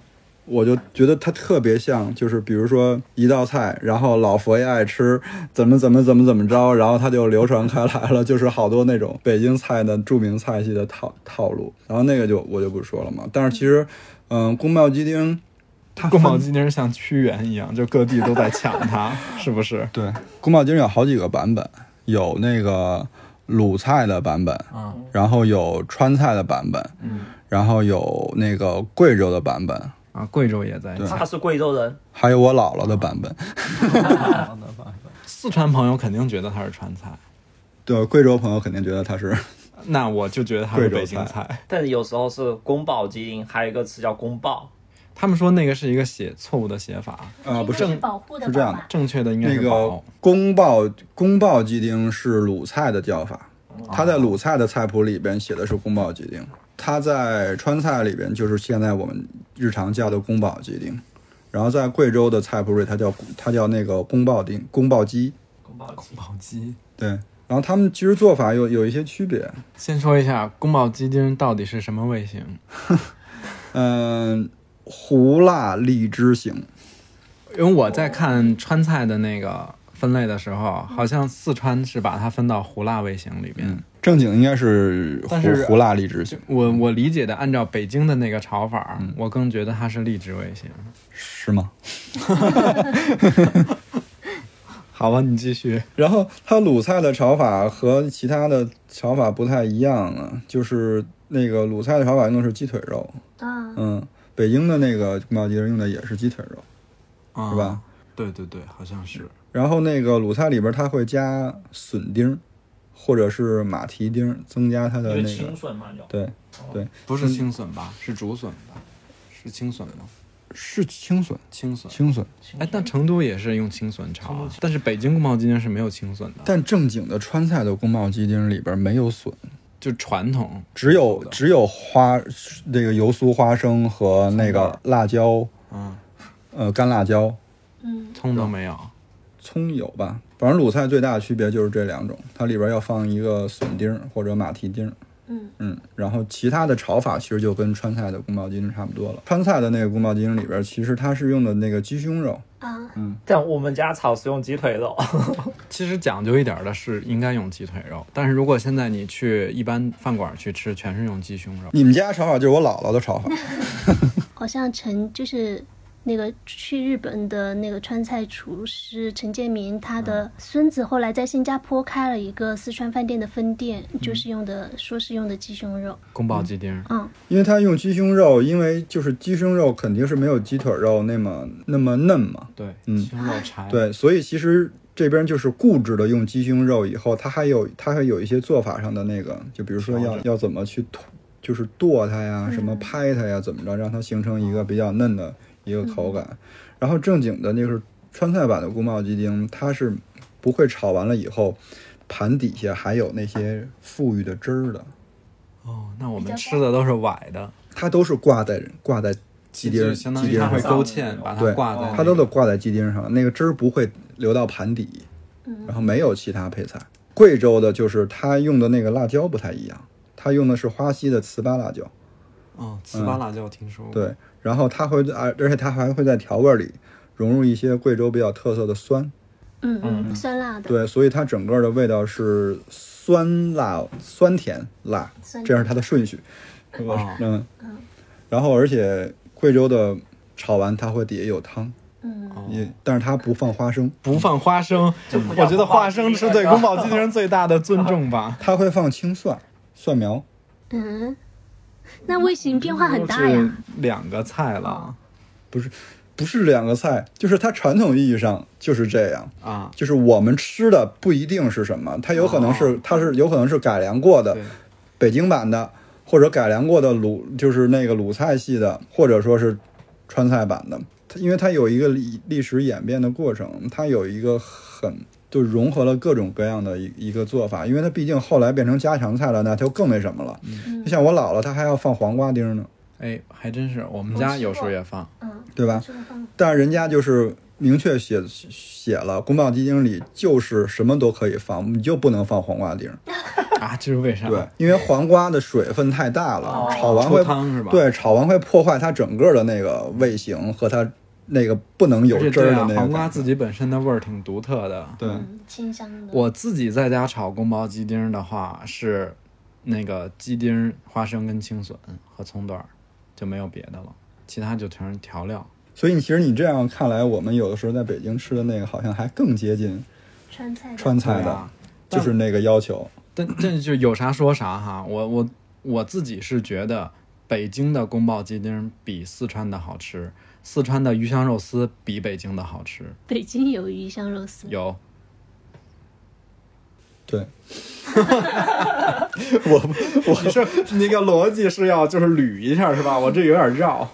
S3: 我就觉得它特别像，就是比如说一道菜，然后老佛爷爱吃，怎么怎么怎么怎么着，然后它就流传开来了，就是好多那种北京菜的著名菜系的套套路。然后那个就我就不说了嘛。但是其实，嗯，宫保鸡丁。它
S1: 宫
S3: 分
S1: 保鸡丁像屈原一样，就各地都在抢它， 是不是？
S3: 对，宫保鸡丁有好几个版本，有那个鲁菜的版本，
S1: 啊
S3: 然后有川菜的版本，
S1: 嗯，
S3: 然后有那个贵州的版本，
S1: 啊，贵州也在
S3: 对
S1: 抢
S2: 他是贵州人，
S3: 还有我姥姥的版本。
S1: 四川朋友肯定觉得它是川菜，
S3: 对，贵州朋友肯定觉得它是
S1: 那我就觉得它是北京
S3: 贵州
S1: 菜。
S2: 但是有时候是宫保鸡丁，还有一个词叫宫爆，
S1: 他们说那个是一个写错误的写法，
S3: 啊，不
S7: 应该
S3: 是
S7: 是保护的
S3: 是这样
S7: 宝吧
S1: 正确的应该
S3: 那
S1: 是
S3: 个
S1: 宝。
S3: 宫爆宫爆鸡丁是鲁菜的叫法，它在鲁菜的菜谱里边写的是宫爆鸡丁，它在川菜里边就是现在我们日常叫的宫保鸡丁，然后在贵州的菜谱里它叫它叫那个宫爆丁宫爆鸡，
S2: 宫爆鸡
S1: 宝鸡。
S3: 对，然后他们其实做法有有一些区别，
S1: 先说一下宫保鸡丁到底是什么味型？
S3: 嗯、胡辣荔枝型，
S1: 因为我在看川菜的那个分类的时候，好像四川是把它分到胡辣味型里面。
S3: 嗯，正经应该是胡
S1: 但是
S3: 胡辣荔枝型。
S1: 我我理解的，按照北京的那个炒法，我更觉得它是荔枝味型。
S3: 是吗？
S1: 好吧，你继续。
S3: 然后它鲁菜的炒法和其他的炒法不太一样啊，就是那个鲁菜的炒法用的是鸡腿肉，
S4: 啊，
S3: 嗯，北京的那个宫保鸡丁用的也是鸡腿肉，
S1: 啊
S3: 是吧？
S1: 对对对，好像是。
S3: 然后那个鲁菜里边它会加笋丁，或者是马蹄丁，增加它
S2: 因
S3: 的
S2: 为
S3: 那
S2: 清
S3: 个
S2: 笋嘛，就
S3: 对，
S1: 不是青笋吧？是竹笋吧？是青笋吗？
S3: 是青笋，
S1: 青笋。
S3: 青笋。
S1: 哎，但成都也是用青笋炒啊，但是北京宫保鸡丁是没有青笋的，
S3: 但正经的川菜的宫保鸡丁里边没有笋，
S1: 就传统
S3: 只有只有花那个油酥花生和那个辣椒，
S1: 嗯，
S3: 呃，干辣椒。嗯
S1: 葱都没有。
S3: 葱油吧，反正鲁菜最大的区别就是这两种，它里边要放一个笋丁儿或者马蹄丁儿。
S4: 嗯
S3: 然后其他的炒法其实就跟川菜的宫保鸡丁差不多了。川菜的那个宫保鸡丁里边，其实它是用的那个鸡胸肉，
S4: 啊，
S2: 但我们家炒是用鸡腿肉，
S1: 其实讲究一点儿的是应该用鸡腿肉，但是如果现在你去一般饭馆去吃，全是用鸡胸肉。
S3: 你们家炒法就是我姥姥的炒法。
S4: 好像陈就是那个去日本的那个川菜厨师陈建明，他的孙子后来在新加坡开了一个四川饭店的分店，就是用的说是用的鸡胸肉，
S1: 宫保鸡丁，
S4: 嗯，
S3: 因为它用鸡胸肉，因为就是鸡胸肉肯定是没有鸡腿肉那么那么嫩嘛，
S1: 对，
S3: 嗯
S1: 鸡胸肉柴，，
S3: 对，所以其实这边就是固执的用鸡胸肉，以后它还有它还有一些做法上的那个，就比如说要要怎么去吐，就是剁它呀，什么拍它呀，怎么着让它形成一个比较嫩的一个口感。然后正经的就是川菜版的宫保鸡丁，它是不会炒完了以后，盘底下还有那些富裕的汁儿的，
S1: 哦，那我们吃的都是崴的，
S3: 它都是挂在挂在鸡丁
S1: 就
S3: 儿
S1: 是
S3: 鸡
S1: 相当于
S3: 丁
S1: 它
S3: 儿
S1: 会
S3: 上。
S1: 勾芡，把它
S3: 对哦
S1: 挂在，
S3: 它都得挂在鸡丁上，那个汁儿不会流到盘底，然后没有其他配菜。贵州的就是它用的那个辣椒不太一样，它用的是花溪的糍粑辣椒，
S1: 嗯，糍粑辣椒听说过，
S3: 对，然后它会而而且它还会在调味儿里融入一些贵州比较特色的酸，
S4: 嗯嗯，酸辣的，
S3: 对，所以它整个的味道是酸辣、酸甜辣，
S4: 酸
S3: 这样是它的顺序，是
S1: 哦
S3: 吧？嗯，然后而且贵州的炒完它会底下有汤，
S1: 哦
S3: 也但是它不放花生。
S1: 不放花
S3: 嗯
S1: 生，我觉得花生是对宫保鸡丁最大的尊重吧。
S3: 它会放青蒜、蒜苗，
S4: 嗯，那味型变化很大
S1: 是
S4: 呀，
S1: 两个菜了，
S3: 不是不是两个菜，就是它传统意义上就是这样。
S1: 啊，
S3: 就是我们吃的不一定是什么，它有可能是、
S1: 哦
S3: 它是有可能是改良过的
S1: 对，
S3: 北京版的，或者改良过的鲁就是那个鲁菜系的，或者说是川菜版的。它因为它有一个历历史演变的过程，它有一个很就融合了各种各样的一一个做法，因为它毕竟后来变成家常菜了，那就更那什么了。
S1: 嗯
S3: 就像我姥姥，她还要放黄瓜丁呢，
S1: 哎，还真是，我们家有时候也放。
S4: 嗯，
S3: 对吧？
S4: 这个放
S3: 但是人家就是明确写写了，宫保鸡丁里就是什么都可以放，你就不能放黄瓜丁。
S1: 啊，这是为啥？
S3: 对，因为黄瓜的水分太大了，炒完
S1: 出
S3: 会
S1: 哦汤是吧？，
S3: 对炒完会破坏它整个的那个味型和它那个不能有
S1: 而且
S3: 汁儿
S1: 对
S3: 的
S1: 啊
S3: 那，个
S1: 黄瓜
S3: 感觉
S1: 自己本身的味儿挺独特的。
S3: 对。
S4: 清香的。
S1: 我自己在家炒宫保鸡丁的话，是那个鸡丁、花生跟青笋和葱段儿，就没有别的了，其他就全是调料。
S3: 所以你其实你这样看来，我们有的时候在北京吃的那个好像还更接近
S4: 川菜的
S3: 川菜
S1: 对
S3: 的，
S1: 啊
S3: 就是那个要求。
S1: 但这就有啥说啥哈，我我我自己是觉得北京的宫保鸡丁比四川的好吃，四川的鱼香肉丝比北京的好吃。
S4: 北京有鱼香肉 丝，
S1: 有，
S3: 对，
S1: 你是那个逻辑是要就是捋一下是吧？我这有点绕。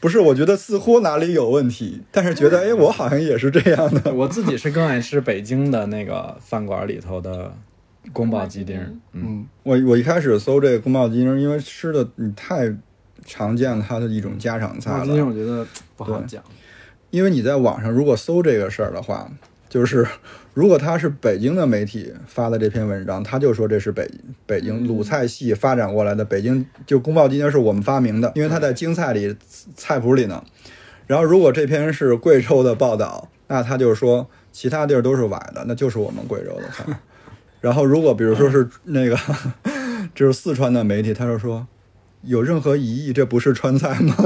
S3: 不是，我觉得似乎哪里有问题，但是觉得哎，我好像也是这样的。
S1: 我自己是更爱吃北京的那个饭馆里头的宫保鸡丁，嗯，
S3: 嗯，我我一开始搜这个宫保鸡丁，因为吃的你太常见它的一种家常菜
S1: 宫保
S3: 了。
S1: 鸡丁我觉得不好
S3: 对
S1: 讲。
S3: 因为你在网上如果搜这个事儿的话，就是如果他是北京的媒体发的这篇文章，他就说这是北北京鲁菜系发展过来的，北京就宫保鸡丁是我们发明的，因为它在京菜里菜谱里呢。然后如果这篇是贵州的报道，那他就说其他地儿都是崴的，那就是我们贵州的菜。 然后如果比如说是那个 就是四川的媒体，他就说有任何疑义，这不是川菜吗？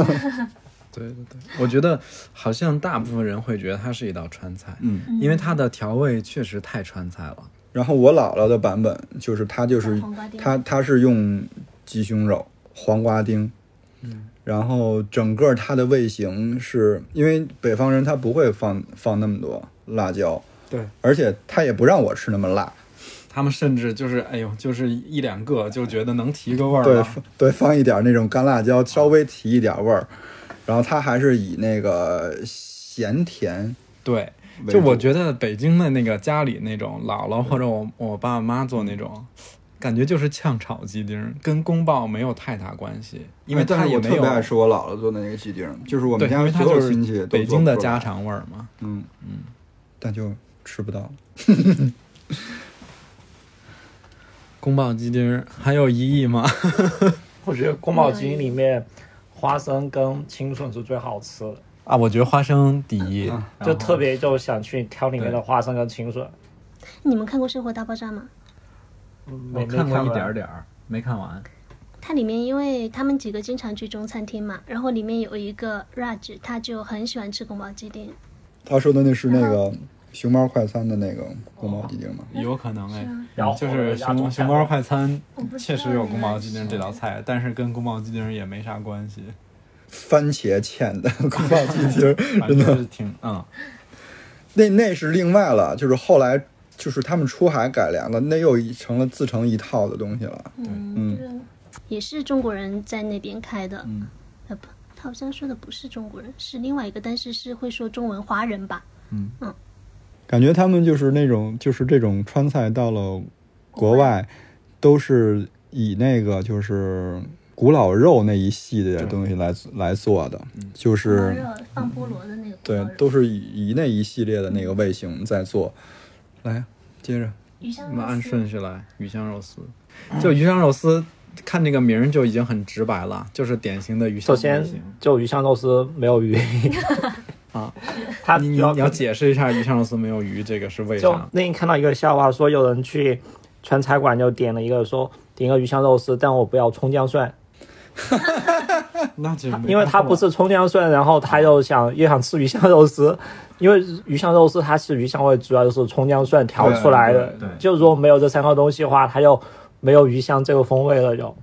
S1: 对对对，我觉得好像大部分人会觉得它是一道川菜，
S3: 嗯，
S1: 因为它的调味确实太川菜了。
S3: 然后我姥姥的版本就是她就是
S4: 黄瓜丁
S3: 她她是用鸡胸肉、黄瓜丁，嗯，然后整个它的味型是因为北方人他不会放放那么多辣椒，
S1: 对，
S3: 而且他也不让我吃那么辣，
S1: 他们甚至就是，哎呦，就是一两个就觉得能提个味儿
S3: 对
S1: 了。
S3: 放对，放一点那种干辣椒，稍微提一点味儿，然后他还是以那个咸甜
S1: 对，
S3: 为
S1: 就我
S3: 主
S1: 觉得北京的那个家里那种姥姥或者我我爸妈做那种，感觉就是炝炒鸡丁，跟宫爆没有太大关系，因为
S3: 哎但
S1: 它
S3: 是
S1: 也
S3: 我
S1: 没
S3: 特
S1: 有
S3: 别爱吃我姥姥做的那个鸡丁，就是我
S1: 对，
S3: 们
S1: 因
S3: 家
S1: 为它
S3: 所有
S1: 就是
S3: 亲戚都
S1: 北
S3: 做
S1: 京的
S3: 不出来
S1: 家常味儿嘛。
S3: 嗯嗯，但就吃不到。
S1: 宫爆鸡丁还有疑义吗？
S2: 我觉得宫保鸡丁里面花生跟青笋是最好吃的，
S1: 啊，我觉得花生第一，
S2: 就特别就想去挑里面的花生跟青笋。
S4: 你们看过《生活大爆炸》吗？
S2: 没
S1: 嗯我
S2: 没
S1: 看过
S2: 完
S1: 一点儿点儿，没看完。
S4: 它里面因为他们几个经常去中餐厅嘛，然后里面有一个 Raj，他就很喜欢吃宫保鸡丁，
S3: 他说的那是那个熊猫快餐的那个宫保鸡丁吗？
S1: 有可能哎，
S2: 然后
S1: 就是
S2: 我
S1: 熊
S2: 们家
S1: 熊猫快餐确实有宫保
S4: 保
S1: 鸡丁这道菜，但是跟宫保鸡丁也没啥关 系，
S3: 番茄芡的 宫保鸡丁，
S1: 反正就是挺 嗯，
S3: 那那是另外了，就是后来就是他们出海改良的，那又一成了自成一套的东西了。嗯，
S4: 也是中国人在那边开的。嗯，呃不，他好像说的不是中国人，是另外一个，但是是会说中文华人吧？
S3: 感觉他们就是那种就是这种川菜到了国外，都是以那个就是古老肉那一系列的东西来来做的，就是
S4: 热放菠萝的那个。
S3: 对，都是以以那一系列的那个味型在做。来，接着，
S4: 鱼香
S1: 我们
S4: 肉
S1: 按
S4: 丝。
S1: 顺序来，鱼香肉 丝，就鱼香肉丝，看这个名儿就已经很直白了，就是典型的鱼香
S2: 首
S1: 类型。
S2: 先，就鱼香肉丝没有鱼
S1: 啊，
S2: 它
S1: 你你
S2: 主要
S1: 你要解释一下鱼香肉丝没有鱼这个是为
S2: 就
S1: 啥？
S2: 那天看到一个笑话，说有人去川菜馆就点了一个说点一个鱼香肉丝，但我不要葱姜蒜，
S1: 那就没
S2: 因为他不是葱姜蒜，然后他又想又想吃鱼香肉丝，因为鱼香肉丝它是鱼香味，主要就是葱姜蒜调出来的
S1: 对对。
S2: 就如果没有这三个东西的话，它就没有鱼香这个风味了就。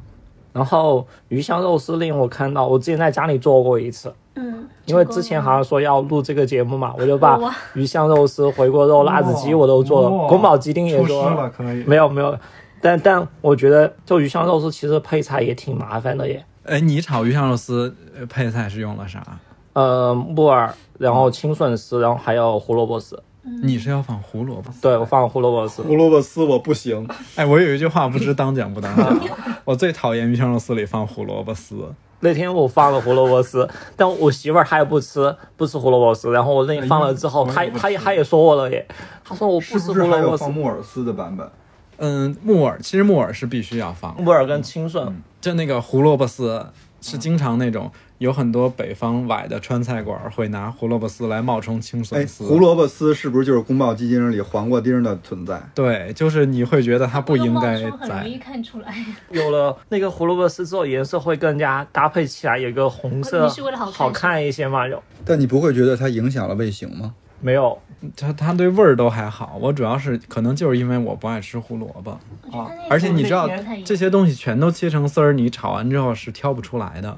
S2: 然后鱼香肉丝令我看到，我之前在家里做过一次，
S4: 嗯，
S2: 因为之前好像说要录这个节目嘛，我就把
S4: 哇
S2: 鱼香肉丝、回锅肉、辣子鸡我都做了，
S1: 哇
S2: 宫保鸡丁也
S1: 出师
S2: 做
S1: 了可以。
S2: 没有没有，但但我觉得就鱼香肉丝其实配菜也挺麻烦的耶。
S1: 哎，你炒鱼香肉丝呃配菜是用了啥？
S2: 呃，木耳，然后青笋丝，然后还有胡萝卜丝。
S1: 你是要放胡萝卜丝？
S2: 对，我放了胡萝卜丝。
S3: 胡萝卜丝我不行，
S1: 哎，我有一句话不知当讲不当讲， 我最讨厌鱼香肉丝里放胡萝卜丝。
S2: 那天我放了胡萝卜丝，但我媳妇儿她也不吃，不吃胡萝卜丝。然后我那天放了之后，
S3: 哎呦
S2: 她
S3: 我也不
S2: 她也
S3: 吃
S2: 她也说我了耶，她说我不
S3: 是
S2: 吃胡
S3: 不是还
S2: 萝
S3: 有
S2: 卜丝
S3: 放。木耳丝的版本？
S1: 嗯，木耳其实木耳是必须要放的，
S2: 木耳跟青
S3: 嗯
S2: 笋，
S1: 就那个胡萝卜丝是经常那种有很多北方崴的川菜馆儿会拿胡萝卜丝来冒充青
S3: 哎
S1: 笋，丝。
S3: 胡萝卜丝是不是就是宫保鸡丁里黄瓜丁的存在？
S1: 对，就是你会觉得它不应该
S4: 很容易
S1: 在。
S4: 看出来，
S2: 有了那个胡萝卜丝之后，颜色会更加搭配起来，有一个红色，
S4: 哦你是为了好看
S2: 好看一些嘛？有
S3: 但你不会觉得它影响了味型吗？
S2: 没有？
S1: 它它对味儿都还好，我主要是可能就是因为我不爱吃胡萝卜，啊
S4: 我觉得那个
S1: 而且你知道
S4: 不太一样
S1: 这些东西全都切成丝儿，你炒完之后是挑不出来的。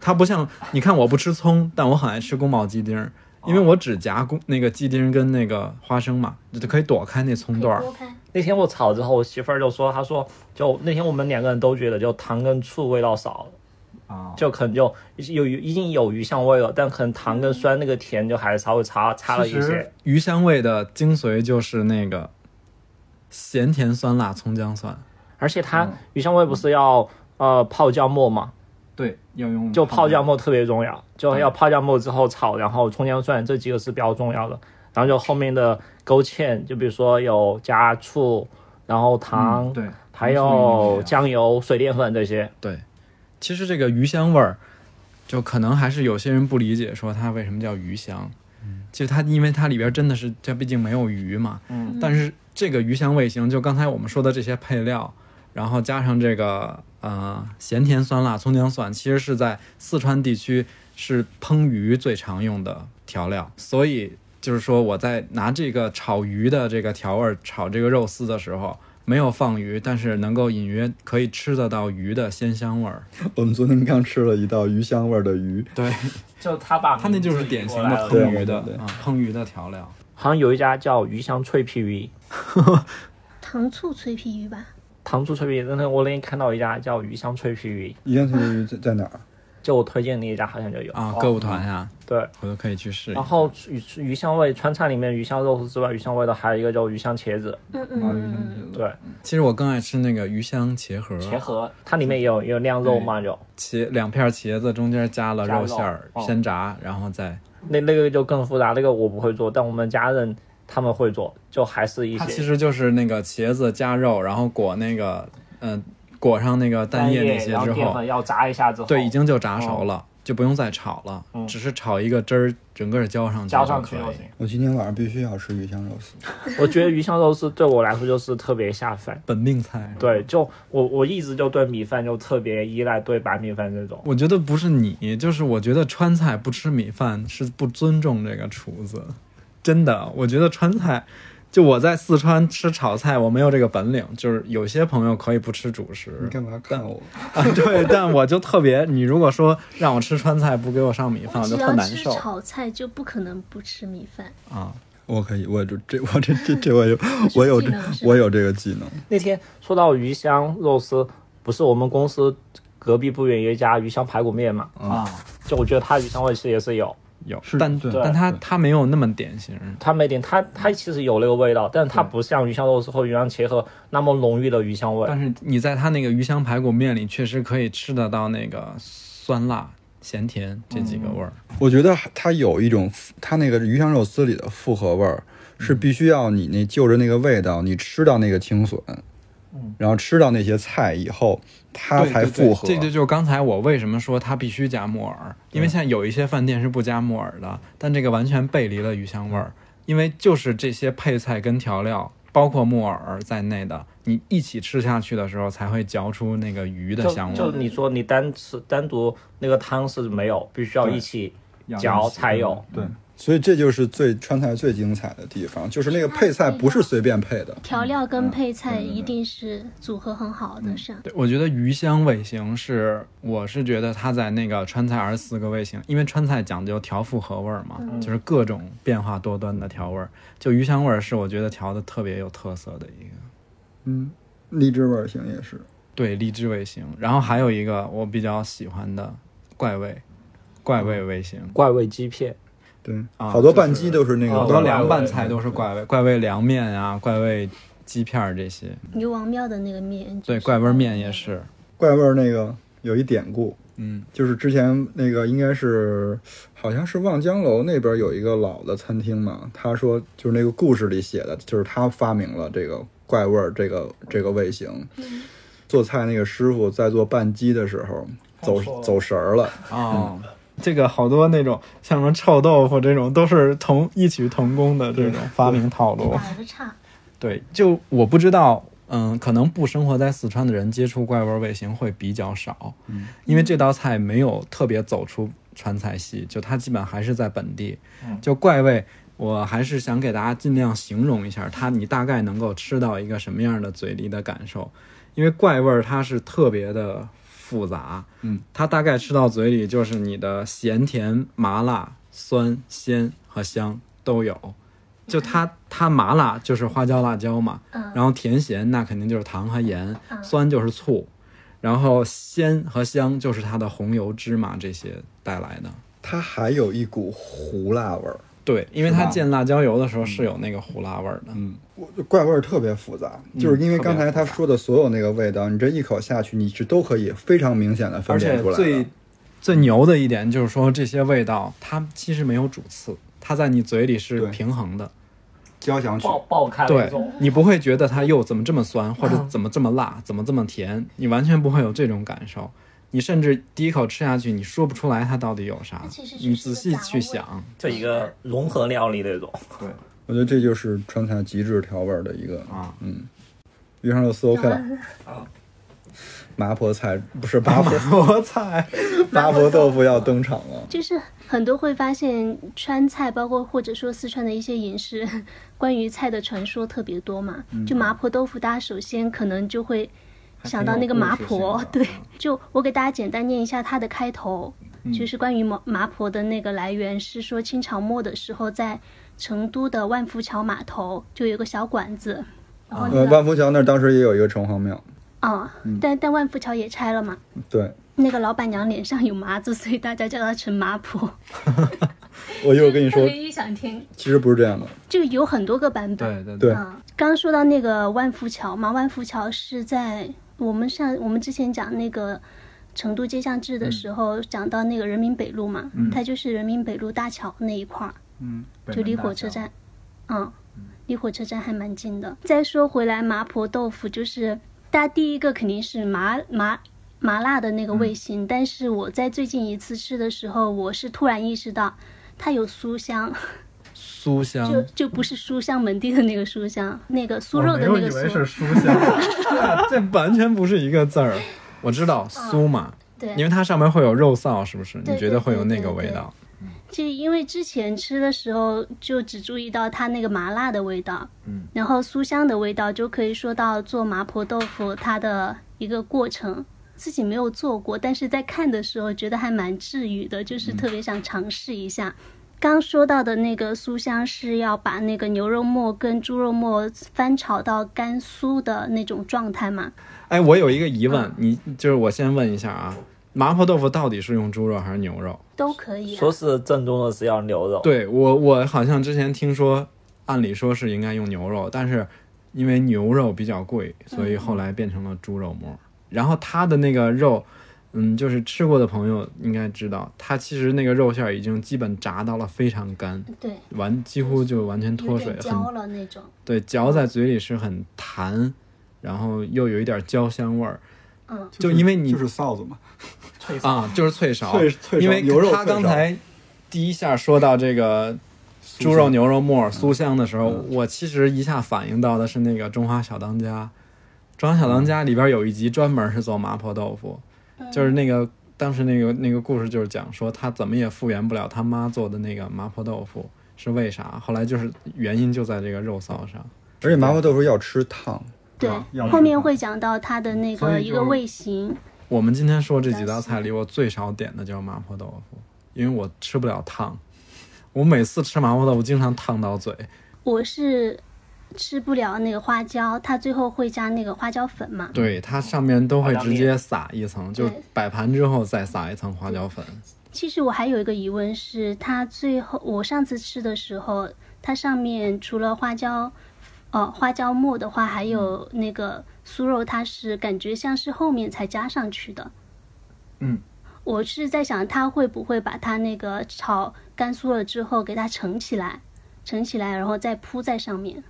S1: 它不像你看，我不吃葱，但我很爱吃宫保鸡丁儿，因为我只夹宫那个鸡丁跟那个花生嘛，就可以躲开那葱段儿
S4: 可以。多看
S2: 那天我炒之后，我媳妇儿就说，她说就那天我们两个人都觉得就糖跟醋味道少了。
S1: 啊
S2: 就可能就有已经有鱼香味了，但可能糖跟酸那个甜就还稍微差差了一
S1: 其实
S2: 些。
S1: 鱼香味的精髓就是那个咸甜酸辣葱姜蒜，
S2: 而且它
S1: 嗯
S2: 鱼香味不是要呃泡椒末嘛，
S1: 对，要用
S2: 就泡椒末特别重
S1: 嗯
S2: 要，就要泡椒末之后炒，然后葱姜蒜这几个是比较重要的。然后就后面的勾芡，就比如说有加醋，然后糖，
S1: 嗯对，
S2: 还有酱油、水淀粉这些。
S1: 对。其实这个鱼香味儿，就可能还是有些人不理解，说它为什么叫鱼香。就它，因为它里边真的是，这毕竟没有鱼嘛。嗯。但是这个鱼香味型，就刚才我们说的这些配料，然后加上这个呃咸甜酸辣葱姜蒜，其实是在四川地区是烹鱼最常用的调料，所以就是说我在拿这个炒鱼的这个调味儿炒这个肉丝的时候，没有放鱼，但是能够隐约可以吃得到鱼的鲜香味儿。
S3: 我们昨天刚吃了一道鱼香味儿的鱼，
S1: 对，
S2: 就他把
S1: 它那就是典型
S2: 嗯
S1: 的
S3: 对
S1: 烹鱼的
S3: 对对
S1: 啊烹鱼的调料。
S2: 好像有一家叫鱼香脆皮鱼，
S4: 糖醋脆皮鱼吧，
S2: 糖醋脆皮鱼。那天我那天看到一家叫鱼香脆皮鱼，
S3: 鱼香脆皮鱼在在哪儿？
S2: 就我推荐那一家好像就有
S1: 啊，歌舞团呀、
S2: 哦嗯对，啊
S1: 回头可以去试一下
S2: 然。后鱼鱼香味川菜里面鱼香肉丝之外，鱼香味的还有一个叫鱼香茄子，
S4: 嗯
S3: 啊，鱼
S4: 嗯，
S3: 香脆皮鱼。
S2: 对，
S1: 其实我更爱吃那个鱼香茄盒，嗯
S2: 茄盒它里面也有也有晾肉嘛，有
S1: 茄两片茄子中间加了
S2: 加
S1: 肉
S2: 肉
S1: 馅儿，
S2: 哦
S1: 先炸，然后再
S2: 那那个就更复杂，那个我不会做，但我们家人他们会做，就还是一
S1: 它其
S2: 些
S1: 实就是那个茄子加肉，然后裹那个嗯、裹上那个蛋液那些
S2: 然后
S1: 之
S2: 淀
S1: 后
S2: 粉，要炸一下之后，
S1: 对，已经就炸熟了，就不用再炒了，
S2: 嗯
S1: 只是炒一个汁儿，整个浇上去
S2: 浇
S1: 就
S2: 上
S1: 可
S2: 去
S1: 以
S2: 就。行。
S3: 我今天晚上必须要吃鱼香肉丝。
S2: 我觉得鱼香肉丝对我来说就是特别下饭，
S1: 本命菜，
S2: 对，就我我一直就对米饭就特别依赖，对白米饭这种。
S1: 我觉得不是你，就是我觉得川菜不吃米饭是不尊重这个厨子，真的，我觉得川菜。就我在四川吃炒菜，我没有这个本领。就是有些朋友可以不吃主食，
S3: 你干嘛看我？
S1: 啊，对，但我就特别，你如果说让我吃川菜不给我上米饭，
S4: 我
S1: 我就
S4: 只
S1: 特
S4: 要
S1: 难
S4: 吃
S1: 受
S4: 炒菜就不可能不吃米饭，
S1: 啊。
S3: 我可以，我就这，我这这这我有，我有
S4: 技
S3: 这
S4: 能是，吧
S3: 我有这个技能。
S2: 那天说到鱼香肉丝，不是我们公司隔壁不远有一家鱼香排骨面嘛？
S1: 啊，
S2: 就我觉得它鱼香味其实也是有，
S1: 有，但
S3: 对
S1: 但它它没有那么典型，
S2: 它没点它它其实有那个味道，但它
S1: 对
S2: 不像鱼香肉丝或鱼香茄盒那么浓郁的鱼香味。
S1: 但是你在它那个鱼香排骨面里确实可以吃得到那个酸辣、咸甜这几
S4: 嗯
S1: 个味儿。
S3: 我觉得它有一种，它那个鱼香肉丝里的复合味儿，
S1: 嗯
S3: 是必须要你那就着那个味道，你吃到那个青笋，
S1: 嗯
S3: 然后吃到那些菜以后，它才复合。
S1: 这就就是刚才我为什么说它必须加木耳，因为现在有一些饭店是不加木耳的，但这个完全背离了鱼香味儿，因为就是这些配菜跟调料，包括木耳在内的，你一起吃下去的时候才会嚼出那个鱼的
S2: 就
S1: 香味
S2: 就
S1: 儿。
S2: 你说你单吃单独那个汤是没有，必须要一起
S1: 要一
S2: 嚼
S1: 起嗯
S2: 才有。
S3: 对，所以这就是最川菜最精彩的地方，就是那个配菜不是随便配的，
S1: 嗯
S4: 调料跟配菜一定是组合很好的，是吧
S1: 对，我觉得鱼香味型是，我是觉得它在那个川菜二十四个味型，因为川菜讲究调复合味儿嘛，
S2: 嗯
S1: 就是各种变化多端的调味儿。就鱼香味儿是我觉得调的特别有特色的一个，
S3: 嗯，荔枝味儿型也是，
S1: 对荔枝味型。然后还有一个我比较喜欢的怪味，怪味味型，
S2: 怪味鸡片，
S3: 对，
S1: 啊
S3: 好多拌鸡都是那个
S1: 好
S3: 端
S1: 多
S3: 碗
S1: 凉拌
S3: 味
S1: 菜都是怪味，怪味凉面啊，怪味鸡片儿这些，
S4: 牛王庙的那个面，
S1: 嗯对，怪味面也是，
S3: 怪味儿那个有一典故，
S1: 嗯，
S3: 就是之前那个应该是好像是望江楼那边有一个老的餐厅嘛，他说就是那个故事里写的，就是他发明了这个怪味儿这个这个味型。做菜那个师傅在做拌鸡的时候走走神儿了，
S1: 哦， 这个好多那种像什么臭豆腐这种，都是同异曲同工的这种发明套路。
S4: 哪儿的差？
S1: 对，就我不知道，嗯，可能不生活在四川的人接触怪味味型会比较少，嗯，因为这道菜没有特别走出川菜系，就它基本还是在本地。就怪味，我还是想给大家尽量形容一下它，你大概能够吃到一个什么样的嘴里的感受，因为怪味儿它是特别的。复杂，
S3: 嗯，
S1: 它大概吃到嘴里就是你的咸甜、麻辣、酸、鲜和香都有，就它它麻辣就是花椒辣椒嘛，然后甜咸那肯定就是糖和盐，酸就是醋，然后鲜和香就是它的红油芝麻这些带来的。
S3: 它还有一股胡辣味儿。
S1: 对，因为它
S3: 吧
S1: 见辣椒油的时候是有那个胡辣味儿的。嗯，
S3: 我怪味儿特别复杂，就是因为刚才他说的所有那个味道，你这一口下去，你是都可以非常明显的分
S1: 而
S3: 辨
S1: 且
S3: 出来的
S1: 最。最牛的一点就是说这些味道它其实没有主次，它在你嘴里是
S3: 对
S1: 平衡的。
S3: 交响曲，
S2: 爆爆开那
S1: 对
S2: 种。
S1: 你不会觉得它又怎么这么酸，或者怎么这么辣，怎么这么甜，你完全不会有这种感受。你甚至第一口吃下去，你说不出来它到底有啥
S4: 它其实，是
S1: 你仔细去
S4: 是个
S1: 想，
S2: 就一个融合料理那种，
S3: 我觉得这就是川菜极致调味儿的一个
S1: 啊
S3: 嗯，鱼香肉丝 OK 了，麻婆菜不是啊麻婆
S1: 我菜
S3: 麻婆豆腐要登场了，
S4: 就是很多会发现川菜，包括或者说四川的一些饮食，关于菜的传说特别多嘛。
S1: 嗯
S4: 就麻婆豆腐，大家首先可能就会想到那个麻婆，对。就我给大家简单念一下它的开头，就是关于麻麻婆的那个来源是说清朝末的时候，在成都的万福桥码头就有个小馆子，然后
S3: 呃，
S4: 那个
S3: 万福桥那儿当时也有一个城隍庙，
S4: 啊、但但万福桥也拆了嘛。
S3: 对
S4: 那个老板娘脸上有麻子，所以大家叫她陈麻婆。
S3: 我一会儿跟你
S4: 特
S3: 说
S4: 别，异想天，
S3: 其实不是这样的，
S4: 就有很多个版本。
S1: 对对
S3: 对，
S4: 嗯，刚刚说到那个万福桥嘛，万福桥是在我们上我们之前讲那个成都街巷志的时候，讲到那个人民北路嘛，它就是人民北路大桥那一块儿，
S1: 嗯，
S4: 就离火车站，嗯，离火车站还蛮近的。再说回来，麻婆豆腐就是大家第一个肯定是麻麻。麻辣的那个味型，但是我在最近一次吃的时候，我是突然意识到它有酥香，
S1: 酥香，
S4: 就就不是书香门第的那个书香，那个酥肉的那个酥，
S1: 酥香，这完全不是一个字儿。我知道酥嘛，
S4: 啊对
S1: 因为它上面会有肉臊，是不是？
S4: 对
S1: 你觉得会有那个味道？
S4: 就因为之前吃的时候就只注意到它那个麻辣的味道，嗯，然后酥香的味道就可以说到做麻婆豆腐它的一个过程。自己没有做过，但是在看的时候觉得还蛮治愈的，就是特别想尝试一下。刚说到的那个酥香是要把那个牛肉末跟猪肉末翻炒到干酥的那种状态嘛？
S1: 哎，我有一个疑
S4: 嗯
S1: 问，你就是我先问一下啊，麻婆豆腐到底是用猪肉还是牛肉？
S4: 都可以、啊。
S2: 说是正宗的是要牛肉，
S1: 对我，我好像之前听说，按理说是应该用牛肉，但是因为牛肉比较贵，所以
S4: 嗯
S1: 后来变成了猪肉末。然后它的那个肉，嗯，就是吃过的朋友应该知道，它其实那个肉馅儿已经基本炸到了非常干，
S4: 对，
S1: 完几乎就完全脱
S4: 有
S1: 水
S4: 点，
S1: 很
S4: 焦了那种。
S1: 对，嚼在嘴里是很弹，然后又有一点焦香味儿。
S4: 嗯，
S1: 就因为你
S3: 就是臊子嘛，
S1: 啊，就是脆勺，
S3: 脆脆勺
S1: 因为
S3: 牛肉
S1: 他
S3: 脆勺
S1: 刚才第一下说到这个猪肉牛肉末酥香的时候，
S3: 嗯
S1: 我其实一下反应到的是那个《中华小当家》，《中华小当家》里边有一集专门是做麻婆豆腐，就是那个。当时那个那个故事就是讲说，他怎么也复原不了他妈做的那个麻婆豆腐，是为啥？后来就是原因就在这个肉臊上。
S3: 而且麻婆豆腐要吃烫，
S4: 对
S3: 啊要，
S4: 后面会讲到它的那
S3: 所
S4: 个
S3: 以
S4: 一
S3: 就
S4: 个味型，
S1: 我们今天说这几道菜里，我最少点的就是麻婆豆腐，因为我吃不了烫。我每次吃麻婆豆腐经常烫到嘴，
S4: 我是吃不了那个花椒，它最后会加那个花椒粉嘛。
S1: 对它上面都会
S2: 花椒
S1: 直
S2: 面
S1: 接撒一层，就
S4: 对
S1: 摆盘之后再撒一层花椒粉。
S4: 其实我还有一个疑问是，它最后我上次吃的时候，它上面除了花椒，哦，花椒末的话，还有那个酥肉，它是感觉像是后面才加上去的。
S1: 嗯，
S4: 我是在想，它会不会把它那个炒干酥了之后给它盛起来，盛起来，然后再铺在上面。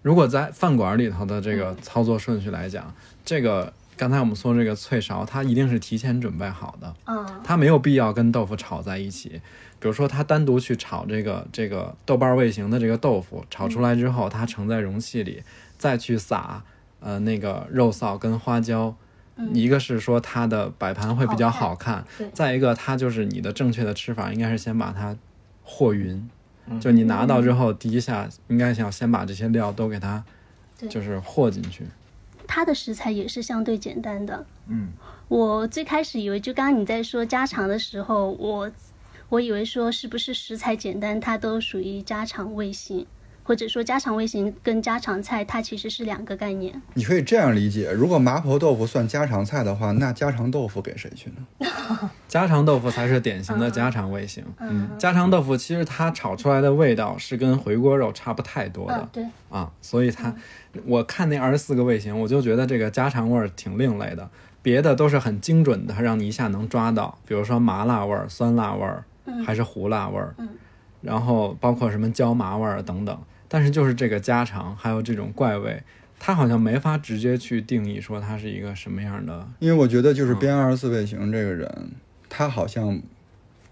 S1: 如果在饭馆里头的这个操作顺序来讲，这个刚才我们说这个脆勺，它一定是提前准备好的，
S4: 嗯，
S1: 它没有必要跟豆腐炒在一起。比如说，它单独去炒这个这个豆瓣味型的这个豆腐，炒出来之后，它盛在容器里，再去撒呃那个肉臊跟花椒。一个是说它的摆盘会比较好看，
S4: 嗯对
S1: 再一个它就是你的正确的吃法应该是先把它和匀，就你拿
S4: 嗯
S1: 到之后第一下应该想先把这些料都给它
S4: 对
S1: 就是和进去。
S4: 它的食材也是相对简单的。
S1: 嗯，
S4: 我最开始以为，就刚刚你在说家常的时候，我我以为说是不是食材简单，它都属于家常味型，或者说家常味型跟家常菜它其实是两个概念。
S3: 你可以这样理解：如果麻婆豆腐算家常菜的话，那家常豆腐给谁去呢？
S1: 家常豆腐才是典型的家常味型。
S4: 嗯，
S1: 家常豆腐其实它炒出来的味道是跟回锅肉差不太多
S4: 啊
S1: 的，
S4: 对，
S1: 啊，所以它，我看那二十四个味型，我就觉得这个家常味儿挺另类的，别的都是很精准的，让你一下能抓到，比如说麻辣味儿、酸辣味儿，还是胡辣味儿，然后包括什么椒麻味儿等等。但是就是这个家常，还有这种怪味，它好像没法直接去定义说它是一个什么样的。
S3: 因为我觉得就是编二十四味型这个人，他好像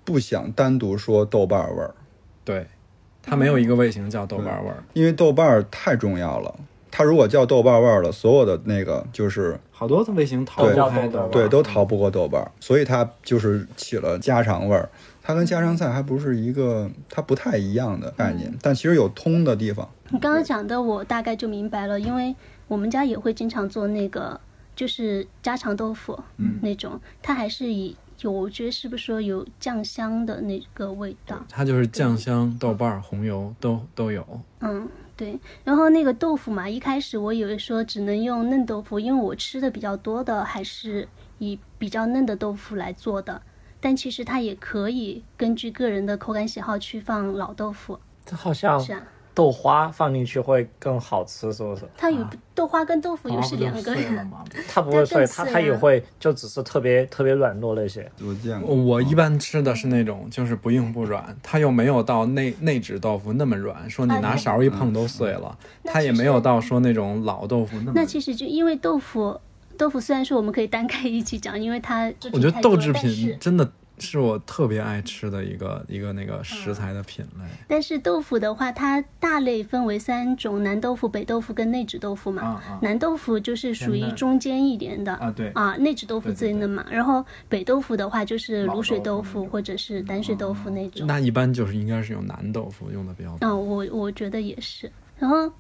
S3: 不想单独说豆瓣味儿，
S1: 对，它没有一个味型叫豆瓣味儿，
S3: 因为豆瓣儿太重要了。他如果叫豆瓣味儿了，所有的那个就是
S1: 好多味型逃
S3: 对
S1: 不开
S2: 叫豆瓣
S1: 的
S2: 儿。
S3: 对都逃不过豆瓣儿，所以他就是起了家常味儿。它跟家常菜还不是一个，它不太一样的概念，但其实有通的地方。
S4: 你刚刚讲的我大概就明白了，因为我们家也会经常做那个，就是家常豆腐，嗯，那种它还是以有，我觉得是不是说有酱香的那个味道？
S1: 它就是酱香、豆瓣儿、红油都都有。
S4: 嗯，对。然后那个豆腐嘛，一开始我以为说只能用嫩豆腐，因为我吃的比较多的还是以比较嫩的豆腐来做的。但其实它也可以根据个人的口感喜好去放老豆腐，
S2: 这好
S1: 哦
S2: 像
S4: 是啊，
S2: 豆花放进去会更好吃，是不是？
S4: 它
S1: 啊
S4: 有豆花跟豆腐
S1: 哦
S4: 又是两个人，
S1: 嘛。
S2: 它不会
S4: 但
S2: 碎，
S4: 是
S2: 它
S4: 啊
S2: 它也会就只是特别特别软糯那些。
S3: 我见过，
S1: 我一般吃的是那种，就是不硬不软，它又没有到内内酯豆腐那么软，说你
S4: 啊
S1: 拿勺一碰都碎了，
S4: 嗯
S1: 它也没有到说那种老豆腐那么
S4: 那。其实就因为豆腐，豆腐虽然说我们可以单开一起讲，因为它
S1: 我觉得豆制
S4: 但是
S1: 品真的是我特别爱吃的一个一个那个食材的品类。
S4: 但是豆腐的话，它大类分为三种：南豆腐、北豆腐跟内酯豆腐嘛。
S1: 啊啊
S4: 南豆腐就是属于
S1: 偏嫩
S4: 中间一点的
S1: 啊对
S4: 啊，内酯豆腐最嫩嘛。然后北豆腐的话，就是卤水豆
S1: 老豆腐那
S4: 腐
S1: 种哦
S4: 或者是淡水豆腐那种。
S1: 那一般就是应该是用南豆腐用的比较多。
S4: 啊，我我觉得也是。然后，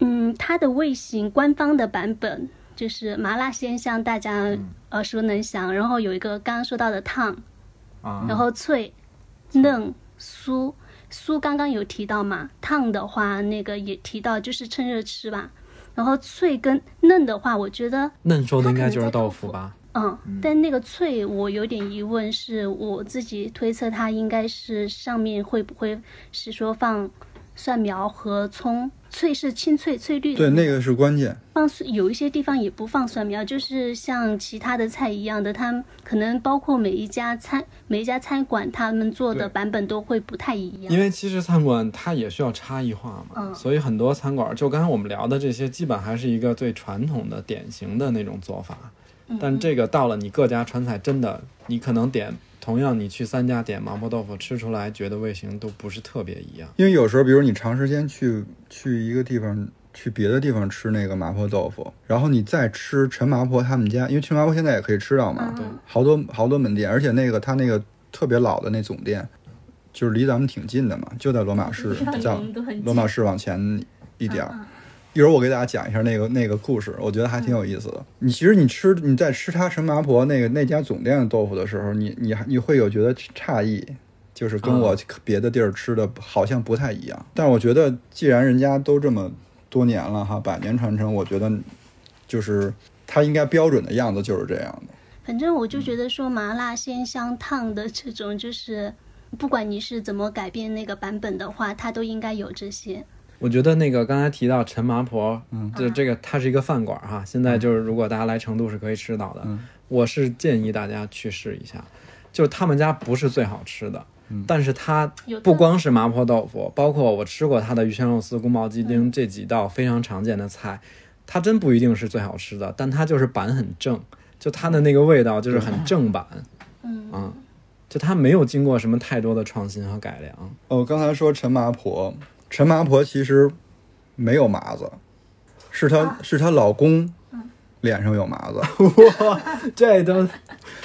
S4: 嗯，它的味型官方的版本就是麻辣鲜香，大家
S1: 嗯
S4: 耳熟能详。然后有一个刚刚说到的烫，
S1: 啊
S4: 然后脆、嫩、酥。酥刚刚有提到嘛，烫的话那个也提到，就是趁热吃吧。然后脆跟嫩的话，我觉得
S1: 嫩说的应该就是豆腐吧？
S4: 嗯，但那个脆我有点疑问，是我自己推测它应该是上面会不会是说放蒜苗和葱，脆是青翠翠绿的，
S3: 对，那个是关键。
S4: 放蒜有一些地方也不放蒜苗，就是像其他的菜一样的，它们可能包括每一家餐每一家餐馆他们做的版本都会不太一样
S1: 因。为其实餐馆它也需要差异化嘛，
S4: 嗯
S1: 所以很多餐馆就刚才我们聊的这些，基本还是一个最传统的、典型的那种做法。
S4: 嗯
S1: 但这个到了你各家川菜，真的你可能点同样，你去三家点麻婆豆腐，吃出来觉得味型都不是特别一样。
S3: 因为有时候，比如你长时间去去一个地方去别的地方吃那个麻婆豆腐，然后你再吃陈麻婆他们家，因为陈麻婆现在也可以吃到嘛，
S1: 对
S3: 好多好多门店，而且那个他那个特别老的那总店，就是离咱们挺近的嘛，就在罗马市，在罗马市往前一点儿。一会儿我给大家讲一下那个那个故事，我觉得还挺有意思的。你其实你吃你在吃他陈麻婆那个那家总店的豆腐的时候，你你还你会有觉得诧异，就是跟我别的地儿吃的好像不太一样。但我觉得既然人家都这么多年了哈，百年传承，我觉得就是它应该标准的样子就是这样的。
S4: 反正我就觉得说麻辣鲜香烫的这种，就是不管你是怎么改变那个版本的话，它都应该有这些。
S1: 我觉得那个刚才提到陈麻婆，嗯，这这个它是一个饭馆哈，现在就是如果大家来成都是可以吃到的，我是建议大家去试一下，就是他们家不是最好吃的。但是它不光是麻婆豆腐，包括我吃过它的鱼香肉丝、宫保鸡丁这几道非常常见的菜，它真不一定是最好吃的，但它就是板很正，就它的那个味道就是很正版，嗯就它没有经过什么太多的创新和改良。
S3: 哦，刚才说陈麻婆，陈麻婆其实没有麻子，是她、是她老公脸上有麻子。
S1: 这都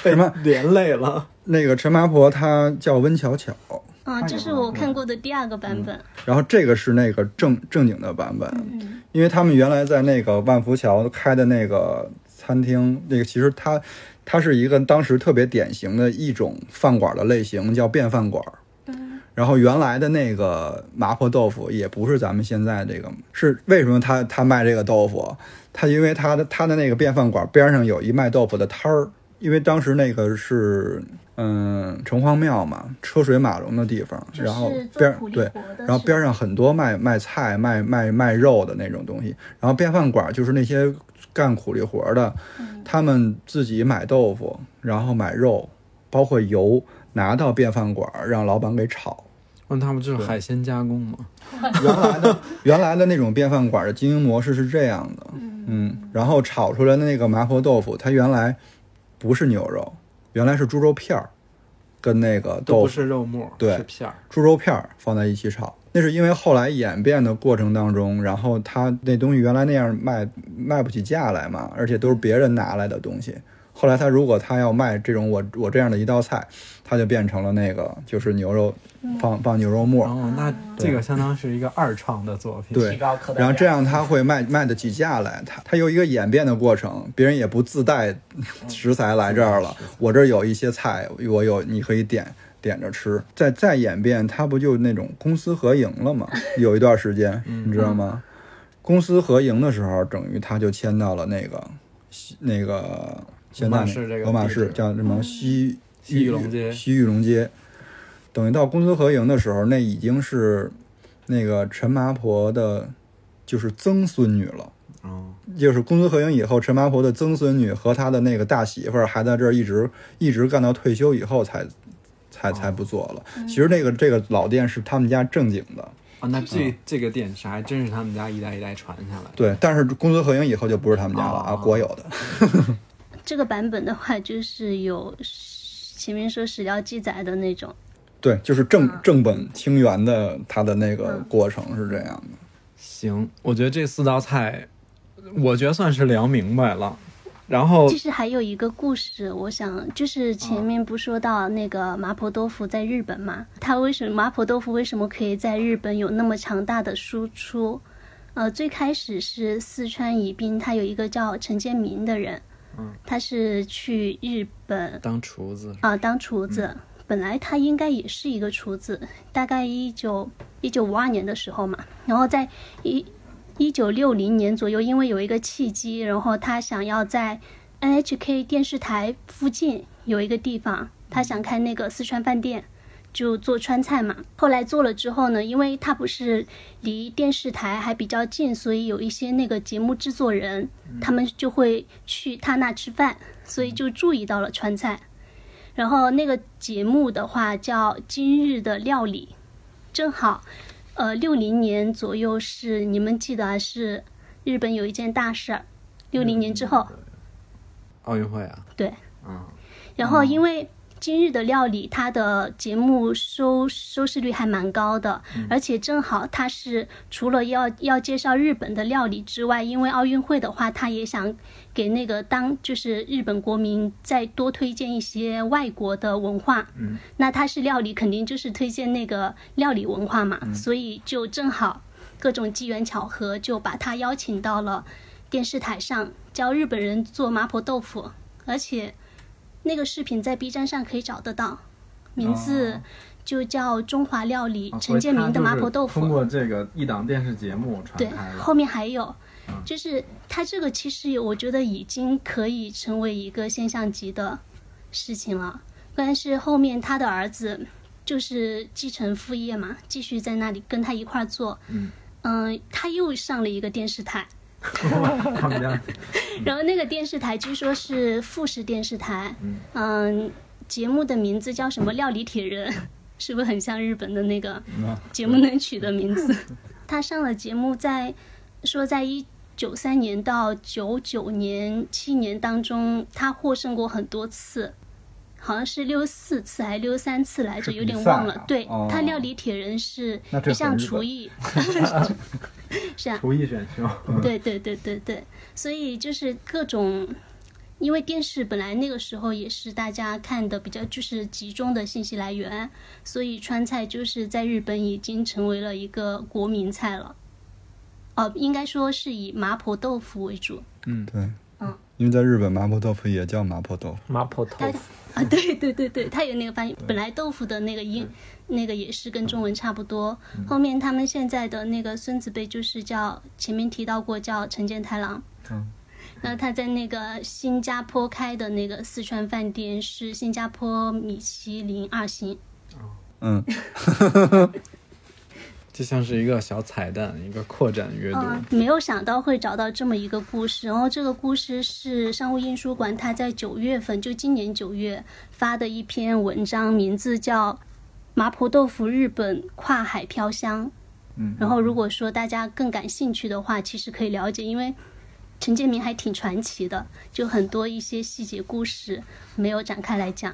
S1: 被
S3: 什么
S1: 连累了。
S3: 那个陈麻婆她叫温巧巧，
S4: 啊，这是我看过的第二个
S3: 嗯
S4: 版本。
S3: 然后这个是那个正正经的版本，因为他们原来在那个万福桥开的那个餐厅，那个其实它它是一个当时特别典型的一种饭馆的类型，叫便饭馆。然后原来的那个麻婆豆腐也不是咱们现在这个，是为什么他他卖这个豆腐？他因为他的他的那个便饭馆边上有一卖豆腐的摊儿，因为当时那个是嗯城隍庙嘛，车水马龙的地方，然后边儿对，然后边上很多卖卖菜、卖卖卖肉的那种东西，然后便饭馆就是那些干苦力活儿的，他们自己买豆腐，然后买肉，包括油，拿到便饭馆儿让老板给炒。
S1: 问他们就是海鲜加工嘛，
S3: 原来的原来的那种便饭馆的经营模式是这样的，嗯，然后炒出来的那个麻婆豆腐，它原来不是牛肉，原来是猪肉片儿，跟那个
S1: 都
S3: 豆
S1: 不
S3: 腐
S1: 是肉末，
S3: 对
S1: 是片儿。
S3: 猪肉片儿放在一起炒。那是因为后来演变的过程当中，然后它那东西原来那样卖卖不起价来嘛，而且都是别人拿来的东西。后来他如果他要卖这种我我这样的一道菜，他就变成了那个就是牛肉放放牛肉末儿，
S1: 哦，那这个相当是一个二创的作品。
S3: 对
S2: 提高客单价
S3: 然后这样他会卖卖得起价来，他他有一个演变的过程，别人也不自带
S1: 嗯
S3: 食材来这儿了，我这儿有一些菜，我有你可以点点着吃，再再演变，他不就那种公私合营 了吗？有一段时间，
S1: 嗯
S3: 你知道吗？公私合营的时候，等于他就签到了那个西那个现在
S1: 罗马市这个
S3: 罗马市
S1: 地址嗯
S3: 叫什么西
S1: 西玉龙街
S3: 西玉龙街，等于到公私合营的时候，那已经是那个陈麻婆的，就是曾孙女了。
S1: 哦，
S3: 就是公私合营以后，陈麻婆的曾孙女和她的那个大媳妇儿还在这儿一直一直干到退休以后才
S1: 哦
S3: 才才不做了。其实那个这个老店是他们家正经的，
S1: 啊，那这这个店是还真是他们家一代一代传下来的。
S3: 对，但是公私合营以后就不是他们家了啊，
S1: 哦
S3: 国有的。
S4: 这个版本的话，就是有前面说史料记载的那种。
S3: 对，就是正
S1: 嗯
S3: 正本清源的，它的那个过程是这样的。
S1: 行，我觉得这四道菜，我觉得算是聊明白了。然
S3: 哦
S1: 后
S4: 其实还有一个故事，我想就是前面不说到那个麻婆豆腐在日本嘛，它为什么麻婆豆腐为什么可以在日本有那么强大的输出？呃，最开始是四川宜宾，他有一个叫陈建民的人，
S3: 嗯
S4: 他是去日本
S1: 当厨子是吧，
S4: 啊、当厨子。本来他应该也是一个厨子，大概一九一九五二年的时候嘛，然后在一一九六零年左右，因为有一个契机，然后他想要在 NHK 电视台附近有一个地方，他想开那个四川饭店。就做川菜嘛，后来做了之后呢，因为他不是离电视台还比较近，所以有一些那个节目制作人，他们就会去他那吃饭，所以就注意到了川菜。然后那个节目的话叫《今日的料理》，正好，呃，六零年左右是你们记得啊，是日本有一件大事儿，六零年之后，
S1: 奥运会啊，
S4: 然后因为今日的料理》它的节目收收视率还蛮高的，而且正好它是除了要要介绍日本的料理之外，因为奥运会的话，它也想给那个当就是日本国民再多推荐一些外国的文化。嗯，那它是料理，肯定就是推荐那个料理文化
S1: 嗯
S4: 嘛，所以就正好各种机缘巧合就把他邀请到了电视台上教日本人做麻婆豆腐，而且那个视频在 B 站上可以找得到，名
S1: 哦
S4: 字就叫《中华料理》
S1: 啊
S4: 陈建明的麻婆豆腐。
S1: 通过这个一档电视节目传
S4: 对
S1: 开，
S4: 后
S1: 了。嗯
S4: 面还有，就是它这个其实我觉得已经可以成为一个现象级的事情了。但是后面他的儿子就是继承父业嘛，继续在那里跟他一块儿做。
S1: 嗯
S4: 嗯，他又上了一个电视台，
S1: 他们家
S4: 然后那个电视台据说是富士电视台
S1: 嗯。
S4: 嗯，节目的名字叫什么？料理铁人，是不是很像日本的那个？
S1: 嗯
S4: 节目能取的 名字。他上了节目在，说在一九三年到九九年七年当中，他获胜过很多次，好像是六四次还是六三次来
S3: 是
S4: 着，有点
S3: 比赛
S4: 忘了
S3: 啊。
S4: 对、
S3: 哦
S4: 他料理铁人是
S1: 那这很
S4: 一项
S1: 日本
S4: 厨艺，是啊，
S1: 厨艺选 秀，
S4: 对对对对对，所以就是各种，因为电视本来那个时候也是大家看的比较就是集中的信息来源，所以川菜就是在日本已经成为了一个国民菜了。哦，应该说是以麻婆豆腐为主
S3: 对，
S4: 嗯
S3: 因为在日本麻婆豆腐也叫麻婆豆腐，
S2: 麻婆豆腐，
S4: 啊，对对对对，它有那个翻译，本来豆腐的那个音，那个也是跟中文差不多。后面他们现在的那个孙子辈就是叫前面提到过叫陈健太郎，
S3: 嗯
S4: 那他在那个新加坡开的那个四川饭店是新加坡米其林二星。
S3: 嗯，
S1: 这像是一个小彩蛋，一个扩展阅读。
S4: 嗯，没有想到会找到这么一个故事。然后这个故事是商务印书馆他在九月份，就今年九月发的一篇文章，名字叫《麻婆豆腐日本跨海飘香》。
S1: 嗯，
S4: 然后如果说大家更感兴趣的话，其实可以了解，因为陈建明还挺传奇的，就很多一些细节故事没有展开来讲。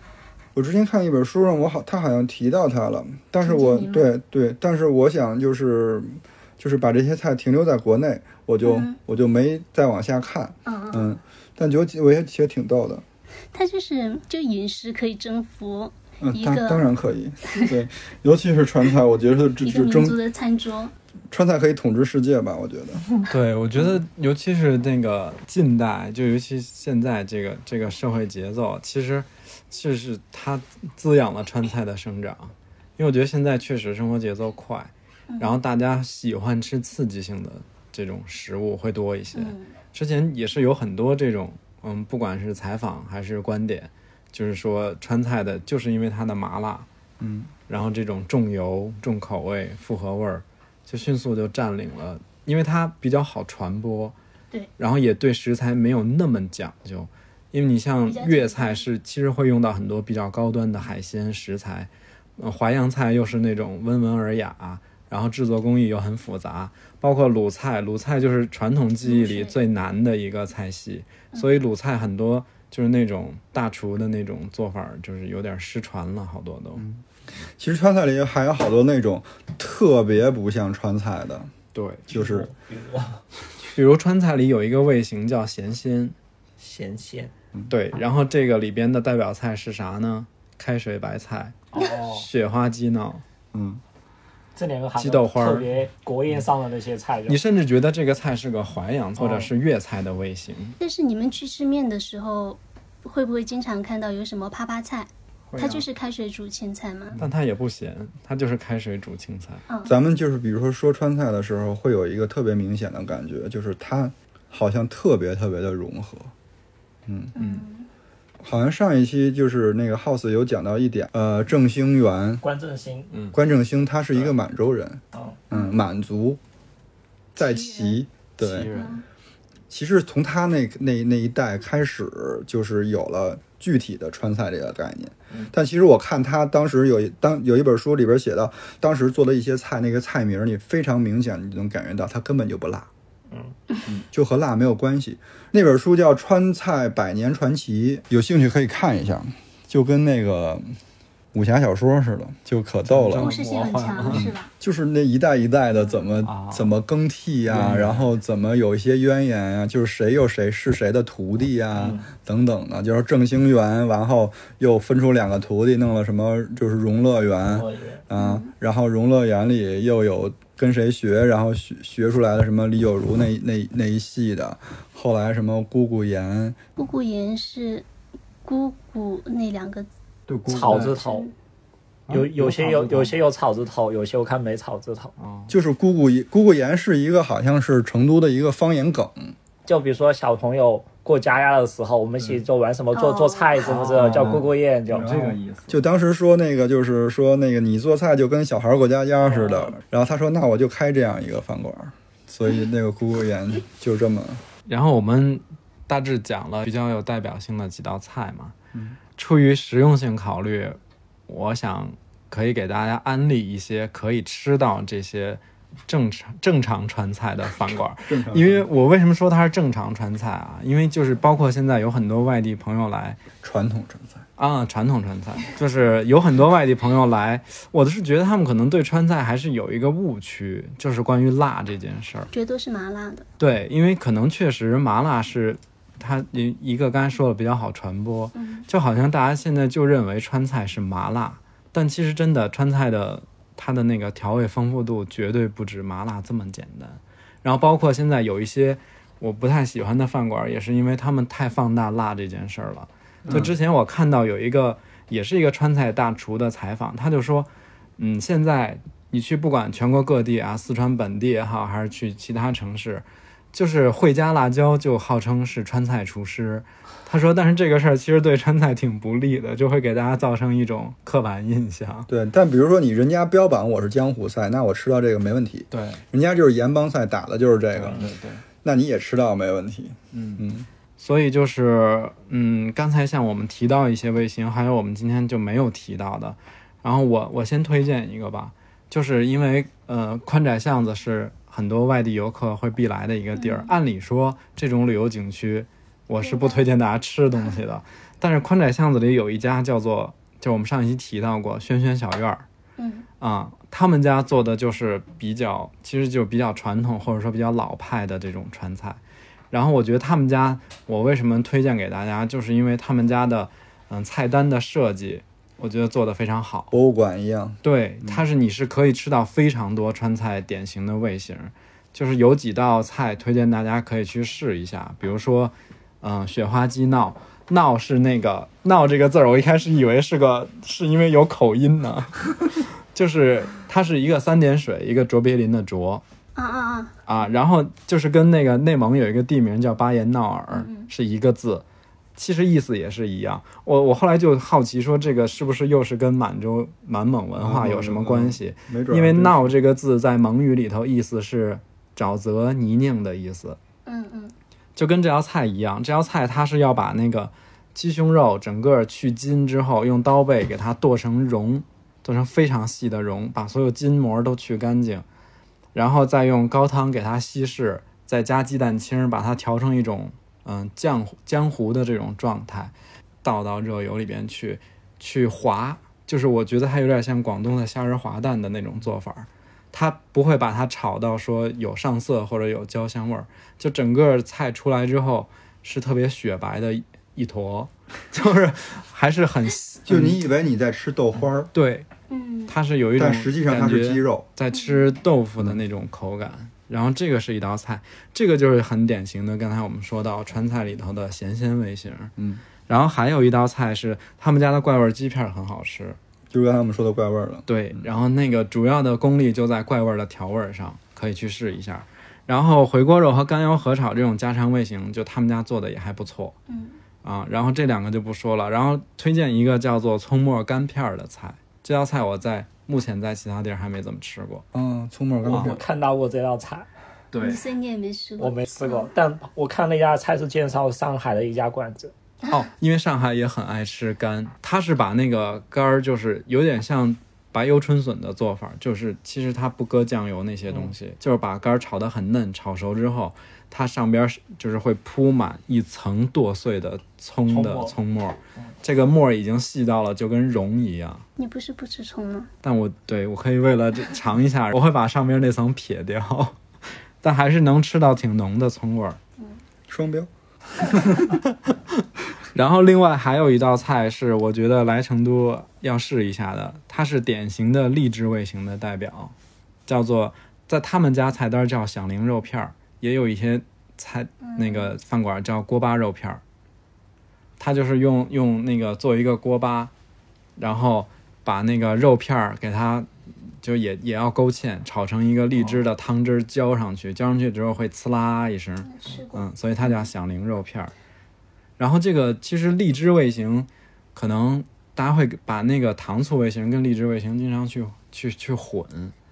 S3: 我之前看一本书上，我好他好像提到它了，但是我
S4: 陈建明
S3: 对对，但是我想就是就是把这些菜停留在国内，我就、我就没再往下看，
S4: 嗯
S3: 嗯，但觉得我也觉得挺逗的，
S4: 他就是就饮食可以征服
S3: 嗯，
S4: 一
S3: 当
S4: 个
S3: 当然可 以，对，尤其是川菜，我觉得这
S4: 一个
S3: 这
S4: 民族
S3: 中
S4: 的餐桌。
S3: 川菜可以统治世界吧，我觉得，
S1: 对，我觉得尤其是那个近代，就尤其现在这个这个社会节奏，其实是是它滋养了川菜的生长。因为我觉得现在确实生活节奏快，然后大家喜欢吃刺激性的这种食物会多一些。
S4: 嗯
S1: 之前也是有很多这种，嗯，不管是采访还是观点，就是说川菜的，就是因为它的麻辣，
S3: 嗯，
S1: 然后这种重油、重口味、复合味儿，就迅速就占领了，因为它比较好传播，
S4: 对，
S1: 然后也对食材没有那么讲究，因为你像粤菜是其实会用到很多比较高端的海鲜食材，呃，淮扬菜又是那种温文尔雅，然后制作工艺又很复杂，包括鲁菜，鲁菜就是传统技艺里
S4: 鲁菜嗯
S1: 最难的一个菜系，所以鲁菜很多就是那种大厨的那种做法儿，就是有点失传了，好多都。
S3: 其实川菜里还有好多那种特别不像川菜的，
S1: 对，
S3: 就是
S1: 比如川菜里有一个味型叫咸鲜，
S2: 咸鲜，
S1: 对，然后这个里边的代表菜是啥呢？开水白菜、
S2: 哦，
S1: 雪花鸡脑，
S3: 嗯，
S2: 这两个好像
S1: 鸡豆花嗯儿
S2: 特别国宴上的那些菜就
S1: 你甚至觉得这个菜是个淮扬或者
S2: 哦
S1: 是粤菜的味型。
S4: 但是你们去吃面的时候，会不会经常看到有什么啪啪菜？
S2: 啊
S4: 它
S1: 啊
S4: 就是开水煮青菜嘛。
S1: 但它也不咸，它就是开水煮青菜。
S3: 咱们就是比如说说川菜的时候，会有一个特别明显的感觉，就是它好像特别特别的融合。
S4: 嗯，
S3: 好像上一期就是那个 House 有讲到一点，呃，郑兴元
S2: 关正兴，
S3: 关正兴他是一个满洲人，
S2: 哦
S3: 嗯，满族，在
S4: 旗
S3: 旗，对，
S1: 人
S4: 嗯
S3: 其实从他那那那一代开始，就是有了具体的川菜这个概念。但其实我看他当时有一当有一本书里边写到，当时做的一些菜，那个菜名儿你非常明显，你就能感觉到它根本就不辣，嗯，就和辣没有关系。那本书叫《川菜百年传奇》，有兴趣可以看一下。就跟那个武侠小说似的，就可逗了
S4: 故。事性很
S2: 啊
S4: 强 是吧？
S3: 就是那一代一代的怎么、
S1: 啊
S3: 怎么更替呀、然后怎么有一些渊源啊，就是谁又谁是谁的徒弟呀、等等的，就是正兴园，然后又分出两个徒弟，弄了什么就是荣乐园
S2: 我以为
S3: 啊，然后荣乐园里又有跟谁学，然后学学出来了什么李有如那那那一系的，后来什么姑姑岩，
S4: 姑姑岩是姑姑那两个字
S1: 对，姑
S2: 草字头，
S1: 啊
S2: 有有些有有些有草字头，有些我看没草字头。
S3: 就是姑姑岩姑姑岩是一个好像是成都的一个方言梗，
S2: 就比如说小朋友过家家的时候，我们一起就玩什么做
S4: 哦
S2: 做菜什么之类的，叫过过宴，就
S1: 有这个意思。
S3: 就当时说那个，就是说那个你做菜就跟小孩儿过家家似
S1: 哦
S3: 的。然后他说，那我就开这样一个饭馆儿，所以那个姑姑园就这么。
S1: 然后我们大致讲了比较有代表性的几道菜嘛。出于实用性考虑，我想可以给大家安利一些可以吃到这些正常正常川菜的饭馆儿。因为我为什么说它是正常川菜啊？因为就是包括现在有很多外地朋友来，
S3: 传统川菜，
S1: 啊，传统川菜就是有很多外地朋友来，我是觉得他们可能对川菜还是有一个误区，就是关于辣这件事儿。
S4: 绝对是麻辣的，
S1: 对，因为可能确实麻辣是它一一个刚才说的比较好传播，就好像大家现在就认为川菜是麻辣，但其实真的川菜的它的那个调味丰富度绝对不止麻辣这么简单。然后包括现在有一些我不太喜欢的饭馆，也是因为他们太放大辣这件事儿了。就之前我看到有一个也是一个川菜大厨的采访，他就说，嗯，现在你去不管全国各地啊，四川本地也好，还是去其他城市，就是会加辣椒就号称是川菜厨师。他说，但是这个事儿其实对川菜挺不利的，就会给大家造成一种刻板印象。
S3: 对。但比如说你人家标榜我是江湖菜，那我吃到这个没问题。
S1: 对，
S3: 人家就是盐帮菜打的就是这个，
S1: 对。
S3: 那你也吃到没问题。
S1: 所以就是，嗯，刚才像我们提到一些卫星，还有我们今天就没有提到的。然后我我先推荐一个吧，就是因为呃，宽窄巷子是很多外地游客会必来的一个地儿。按理说，这种旅游景区我是不推荐大家吃东西的，但是宽窄巷子里有一家叫做，就我们上一期提到过轩轩小院儿，
S4: 嗯，
S1: 啊、他们家做的就是比较，其实就比较传统或者说比较老派的这种川菜。然后我觉得他们家，我为什么推荐给大家，就是因为他们家的，嗯，菜单的设计，我觉得做得非常好。
S3: 博物馆一样，
S1: 对，它是你是可以吃到非常多川菜典型的味型，就是有几道菜推荐大家可以去试一下，比如说，嗯、雪花鸡闹。闹是那个闹这个字儿，我一开始以为是个，是因为有口音呢， 就是它是一个三点水，一个卓别林的卓，
S4: 啊啊啊，
S1: 啊，然后就是跟那个内蒙有一个地名叫巴彦淖尔，是一个字，其实意思也是一样。我我后来就好奇说，这个是不是又是跟满洲满蒙文化有什么关系？
S3: 啊没准儿
S1: 因为
S3: 真
S1: “
S3: 是
S1: 闹”这个字在蒙语里头意思是沼泽泥泞的意思，
S4: 嗯嗯，
S1: 就跟这道菜一样，这道菜它是要把那个鸡胸肉整个去筋之后，用刀背给它剁成蓉，剁成非常细的蓉，把所有筋膜都去干净，然后再用高汤给它稀释，再加鸡蛋清儿把它调成一种嗯浆糊浆糊的这种状态，倒到热油里边去去滑，就是我觉得它有点像广东的虾仁滑蛋的那种做法儿。它不会把它炒到说有上色或者有焦香味儿，就整个菜出来之后是特别雪白的一一坨， 就是还是很
S3: 就你以为你在吃豆花儿，
S1: 对，
S4: 嗯，
S1: 它是有一种
S3: 但实际上它是鸡
S1: 感觉
S3: 肉。
S1: 在吃豆腐的那种口感。然后这个是一道菜，这个就是很典型的，刚才我们说到川菜里头的咸鲜味型。
S3: 嗯，
S1: 然后还有一道菜是他们家的怪味鸡片儿很好吃，
S3: 就是刚才我们说的怪味儿了。
S1: 对，然后那个主要的功力就在怪味儿的调味儿上，可以去试一下。然后回锅肉和干腰合炒这种家常味型，就他们家做的也还不错。嗯，啊，然后这两个就不说了，然后推荐一个叫做葱末干片儿的菜，这道菜我在目前在其他地儿还没怎么吃过。
S3: 嗯，葱末干
S1: 哦
S3: 片
S2: 我
S3: 儿，
S2: 看到过这道菜，
S1: 对
S4: 所以你也没吃过，
S2: 我没吃过，但我看那家菜是介绍上海的一家馆子，
S1: 哦，因为上海也很爱吃干，它是把那个干儿就是有点像白油春笋的做法，就是其实它不搁酱油那些东
S2: 嗯
S1: 西，就是把肝儿炒得很嫩，炒熟之后，它上边儿是就是会铺满一层剁碎的葱
S2: 葱
S1: 的
S2: 末嗯
S1: 葱末儿，这个末儿已经细到了就跟蓉一样。
S4: 你不是不吃葱吗？
S1: 但我对我可以为了这尝一下，我会把上面那层撇掉， 但还是能吃到挺浓的葱味儿。
S3: 双标。
S1: 然后另外还有一道菜是我觉得来成都要试一下的，它是典型的荔枝味型的代表，叫做在他们家菜单叫响铃肉片儿，也有一些菜那个饭馆叫锅巴肉片儿，它就是用用那个做一个锅巴，然后把那个肉片儿给它。就也也要勾芡，炒成一个荔枝的汤汁浇上去，浇上去之后会呲啦一声，
S4: 吃过。
S1: 嗯，所以它叫响铃肉片儿。然后这个其实荔枝味型，可能大家会把那个糖醋味型跟荔枝味型经常去去去混。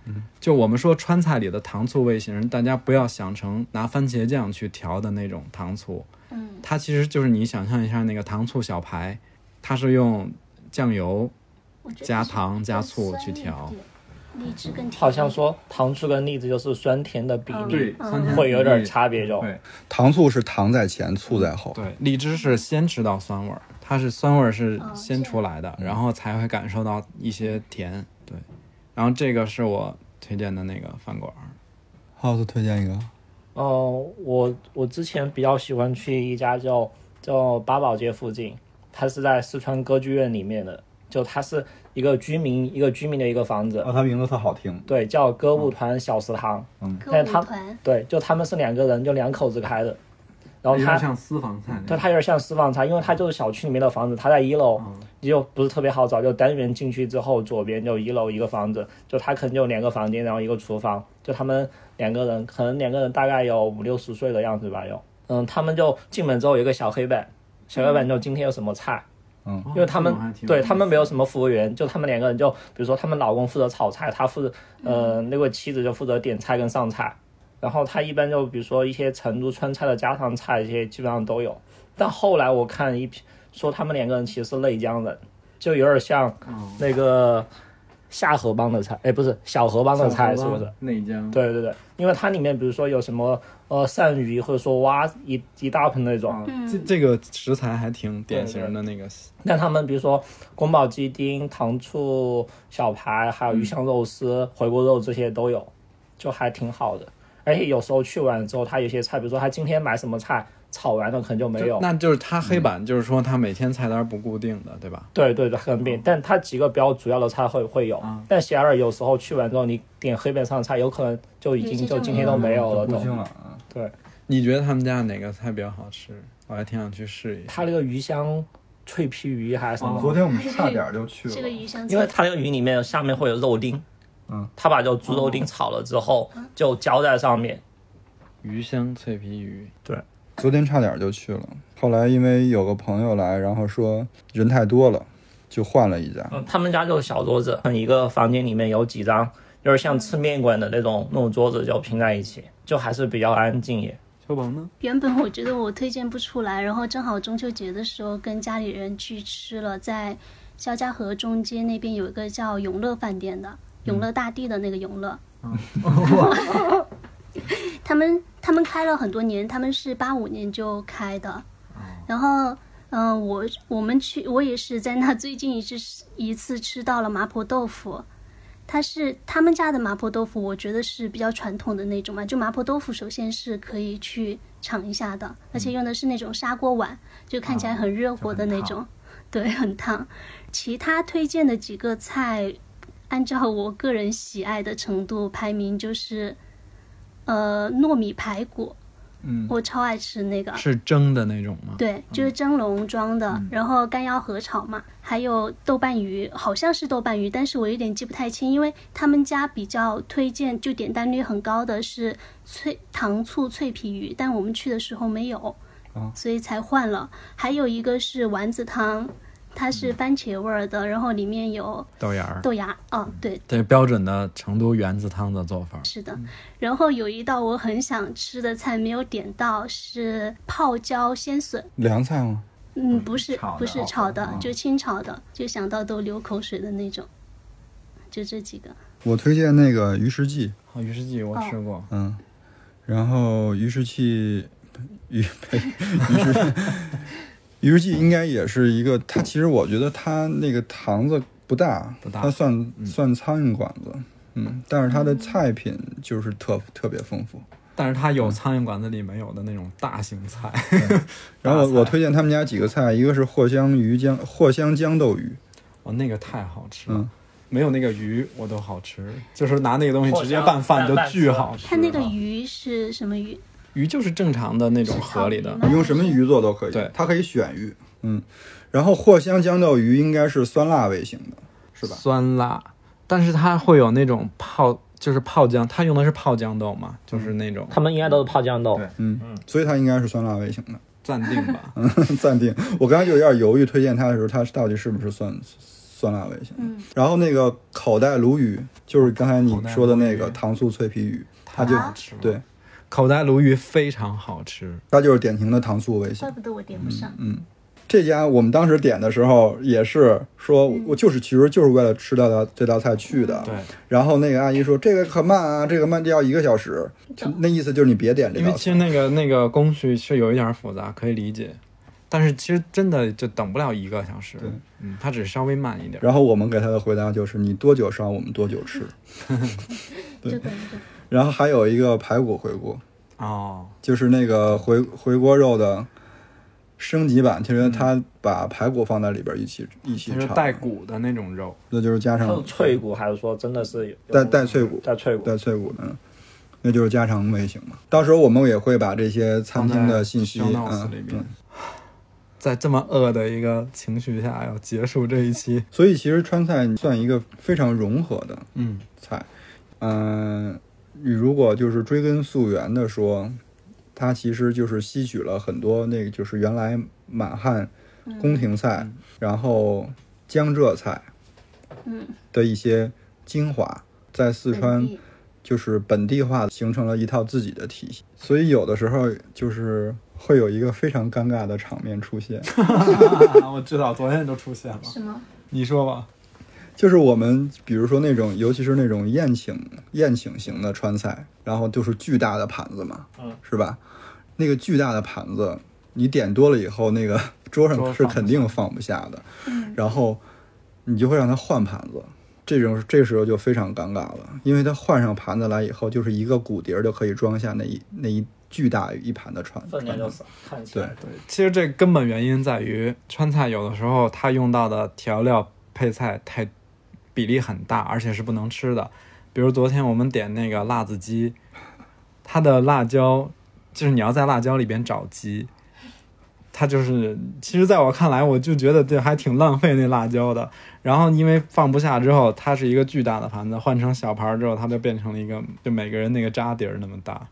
S2: 嗯
S1: 就我们说川菜里的糖醋味型，大家不要想成拿番茄酱去调的那种糖醋，
S4: 嗯，
S1: 它其实就是你想象一下那个糖醋小排，它是用酱油
S4: 我觉得
S1: 加
S4: 是
S1: 糖加
S4: 更
S1: 醋
S4: 酸
S1: 去
S4: 一
S1: 调，
S4: 点，荔枝更甜。
S2: 好像说糖醋跟栗子就是酸甜的
S1: 嗯
S2: 比例，
S1: 酸甜
S2: 会有
S1: 比
S2: 点
S1: 例
S2: 差别就。
S1: 对
S3: 糖醋是糖在前，醋在后。
S1: 对，荔枝是先吃到酸味儿，它是酸味儿是
S4: 哦
S1: 先
S4: 这样
S1: 出来的，然后才会感受到一些甜。对，然后这个是我推荐的那个饭馆儿。
S3: House 推荐一个，
S2: 哦，我我之前比较喜欢去一家叫叫八宝街附近，它是在四川歌剧院里面的，就它是一个居民一个居民的一个房子，
S1: 哦
S3: 啊，他名字特好听。
S2: 对，叫歌舞团小食堂，
S4: 歌
S2: 但
S4: 舞
S2: 是他
S4: 团，
S2: 对，就他们是两个人，就两口子开的，
S1: 哦
S2: 然后他
S1: 私房菜
S2: 对，它有点像私房菜，因为它就是小区里面的房子，它在一楼，你就不是特别好找，就单元进去之后，左边就一楼一个房子，就它可能就两个房间，然后一个厨房，就他们两个人，可能两个人大概有五六十岁的样子吧，有，嗯，他们就进门之后有一个小黑板，小黑板就今天有什么菜，因为他
S1: 哦
S2: 们对他们没有什么服务员，就他们两个人就，比如说他们老公负责炒菜，他负责，呃，那位妻子就负责点菜跟上菜。然后他一般就比如说一些成都川菜的家常菜，这些基本上都有。但后来我看一批说他们两个人其实是内江人，就有点像那个下河帮的菜，哎，不是小河帮的菜，是不是？
S1: 内江？
S2: 对对对，因为它里面比如说有什么呃鳝鱼，或者说蛙一一大盆那种，
S4: 嗯
S1: 这这个食材还挺典型的那个，
S2: 那他们比如说宫保鸡丁、糖醋小排，还有鱼香肉丝、回锅肉这些都有，就还挺好的。而且有时候去完了之后，他有些菜，比如说他今天买什么菜，炒完了可能就没
S1: 就
S2: 有。嗯
S1: 那就是它黑板，就是说它每天菜单不固定的，对吧？
S2: 对对对，很便利。但它几个比较主要的菜会会有，但喜尔有时候去完之后，你点黑板上的菜，有可能就已
S4: 有
S2: 经
S4: 些
S2: 就
S4: 就
S2: 今
S4: 没
S2: 天都没有了。
S3: 不
S2: 都
S3: 兴了啊。
S2: 对，
S1: 你觉得他们家哪个菜比较好吃？我还挺想去试一下。
S2: 它那个鱼香脆皮鱼还是什么，
S3: 嗯昨天我们差点就去
S4: 这个
S3: 了，
S4: 鱼香
S2: 因为
S4: 菜，
S2: 它那个鱼里面下面会有肉丁，
S3: 嗯，
S2: 他把就猪肉丁炒了之后就浇在上面，
S1: 鱼香脆皮鱼，
S3: 昨天差点就去了。后来因为有个朋友来，然后说人太多了，就换了一家。
S2: 嗯，他们家就是小桌子，嗯一个房间里面有几张，就是像吃面馆的那种那种桌子就拼在一起，就还是比较安静耶。
S1: 秋鹏呢？
S4: 原本我觉得我推荐不出来，然后正好中秋节的时候跟家里人去吃了，在肖家河中间那边有一个叫永乐饭店的，永乐大地的那个永乐。 他们他们开了很多年，他们是八五年就开的，然后。嗯、我我们去，我也是在那最近一次一次吃到了麻婆豆腐，它是他们家的麻婆豆腐，我觉得是比较传统的那种嘛。就麻婆豆腐，首先是可以去尝一下的，而且用的是那种砂锅碗，啊就看起来很热乎的那种，对，很烫。其他推荐的几个菜，按照我个人喜爱的程度排名就是，呃，糯米排骨，
S1: 嗯，
S4: 我超爱吃那个，
S1: 是蒸的那种吗？
S4: 对，就是蒸笼装的，然后干腰河炒嘛，还有豆瓣鱼，好像是豆瓣鱼，但是我有点记不太清，因为他们家比较推荐，就点单率很高的是脆糖醋脆皮鱼，但我们去的时候没有，所以才换了。还有一个是丸子汤，它是番茄味儿的，然后里面有
S1: 豆芽儿，
S4: 豆芽，哦，对，
S1: 这标准的成都圆子汤的做法。
S4: 是的，然后有一道我很想吃的菜没有点到是泡椒鲜笋。
S3: 凉菜吗？
S4: 嗯，不是
S1: 炒的
S4: 不是
S1: 哦
S4: 炒的，就清炒的，就想到都流口水的那种。就这几个。
S3: 我推荐那个鱼食记，
S1: 哦，鱼食记我吃过，
S3: 嗯，然后鱼食记，鱼呸，鱼食 鱼食记应该也是一个，它其实我觉得它那个堂子不大，
S1: 不大
S3: 它算算苍蝇馆子，嗯，但是它的菜品就是特特别丰富。
S1: 但是它有苍蝇馆子里没有的那种大型菜，
S3: 嗯然后
S1: 大
S3: 我
S1: 菜
S3: 我推荐他们家几个菜，一个是藿香鱼姜藿香豇豆鱼，
S1: 哦，那个太好吃了。
S3: 嗯
S1: 没有那个鱼我都好吃，就是拿那个东西直接
S2: 藿香
S1: 拌饭就
S2: 拌
S1: 巨
S2: 饭
S1: 好吃。
S4: 它那个鱼是什么鱼？
S1: 鱼就是正常的那种河里的
S4: 是草，
S2: 嗯
S3: 你用什么鱼做都可以，
S1: 对
S3: 它可以选鱼，嗯，然后藿香豇豆鱼应该是酸辣味型的，是吧？
S1: 酸辣，但是它会有那种泡，就是泡姜，它用的是泡姜豆嘛，就是那种
S2: 他们应该都是泡酱豆
S1: 对，
S3: 嗯，所以它应该是酸辣味型的。
S1: 暂定吧。
S3: 嗯暂定。我刚才就有点犹豫推荐它的时候，它到底是不是酸酸辣味型？
S4: 嗯，
S3: 然后那个口袋鲈鱼，就是刚才你说的那个糖醋脆皮鱼，它就
S1: 太好吃了
S3: 对，
S1: 口袋鲈鱼非常好吃，
S3: 它就是典型的糖醋味型
S4: 怪。不得我点不
S1: 嗯
S4: 上。
S3: 这家我们当时点的时候也是说，我就是其实就是为了吃到它这道菜去的。
S1: 嗯对，
S3: 然后那个阿姨说这个可慢啊，这个慢要一个小时，就那意思就是你别点这
S1: 因为
S3: 道
S1: 其
S3: 菜
S1: 实。那个那个工序是有一点复杂，可以理解，但是其实真的就等不了一个小时，嗯，它只是稍微慢一点。
S3: 然后我们给他的回答就是你多久烧我们多 久吃。
S4: 就等于
S3: 然后还有一个排骨回锅，
S1: 哦，
S3: 就是那个回回锅肉的升级版，其实
S1: 嗯
S3: 它把排骨放在里边一起一起
S1: 就是
S3: 炒，
S1: 带骨的那种肉，
S3: 那就是加
S2: 它是
S3: 上
S2: 脆骨还是说真的是有
S3: 嗯带带脆骨
S2: 带脆骨？
S3: 带脆骨的，嗯那就是家常味型嘛。到时候我们也会把这些餐厅的信息，
S1: 放在 show notes
S3: 嗯
S1: 里，面
S3: 嗯
S1: 在这么饿的一个情绪下，要结束这一期，
S3: 所以其实川菜算一个非常融合的
S1: 嗯，
S3: 菜，嗯、你如果就是追根溯源的说，它其实就是吸取了很多那个就是原来满汉宫廷菜，
S1: 嗯
S3: 然后江浙菜，
S4: 嗯，
S3: 的一些精华，在四川
S4: 本地
S3: 就是本地化，形成了一套自己的体系。所以有的时候就是会有一个非常尴尬的场面出现，
S1: 啊我知道，昨天就出现了，
S4: 什么？
S1: 你说吧，
S3: 就是我们比如说那种，尤其是那种宴请宴请型的川菜，然后就是巨大的盘子嘛，
S2: 嗯，
S3: 是吧？那个巨大的盘子，你点多了以后，那个桌
S1: 桌
S3: 上
S1: 上
S3: 是
S1: 放不
S3: 肯定放不下的，然后你就会让他换盘子。这种这时候就非常尴尬了，因为他换上盘子来以后，就是一个骨碟儿就可以装下那一那一巨大一盘的川
S2: 分量就
S3: 川
S2: 少，看起来
S3: 对
S2: 对
S1: 其实这根本原因在于川菜有的时候它用到的调料配菜太比例很大，而且是不能吃的。比如昨天我们点那个辣子鸡，它的辣椒就是你要在辣椒里边找鸡，它就是其实在我看来，我就觉得这还挺浪费那辣椒的。然后因为放不下之后，它是一个巨大的盘子，换成小盘儿之后，它就变成了一个就每个人那个扎底儿那么大。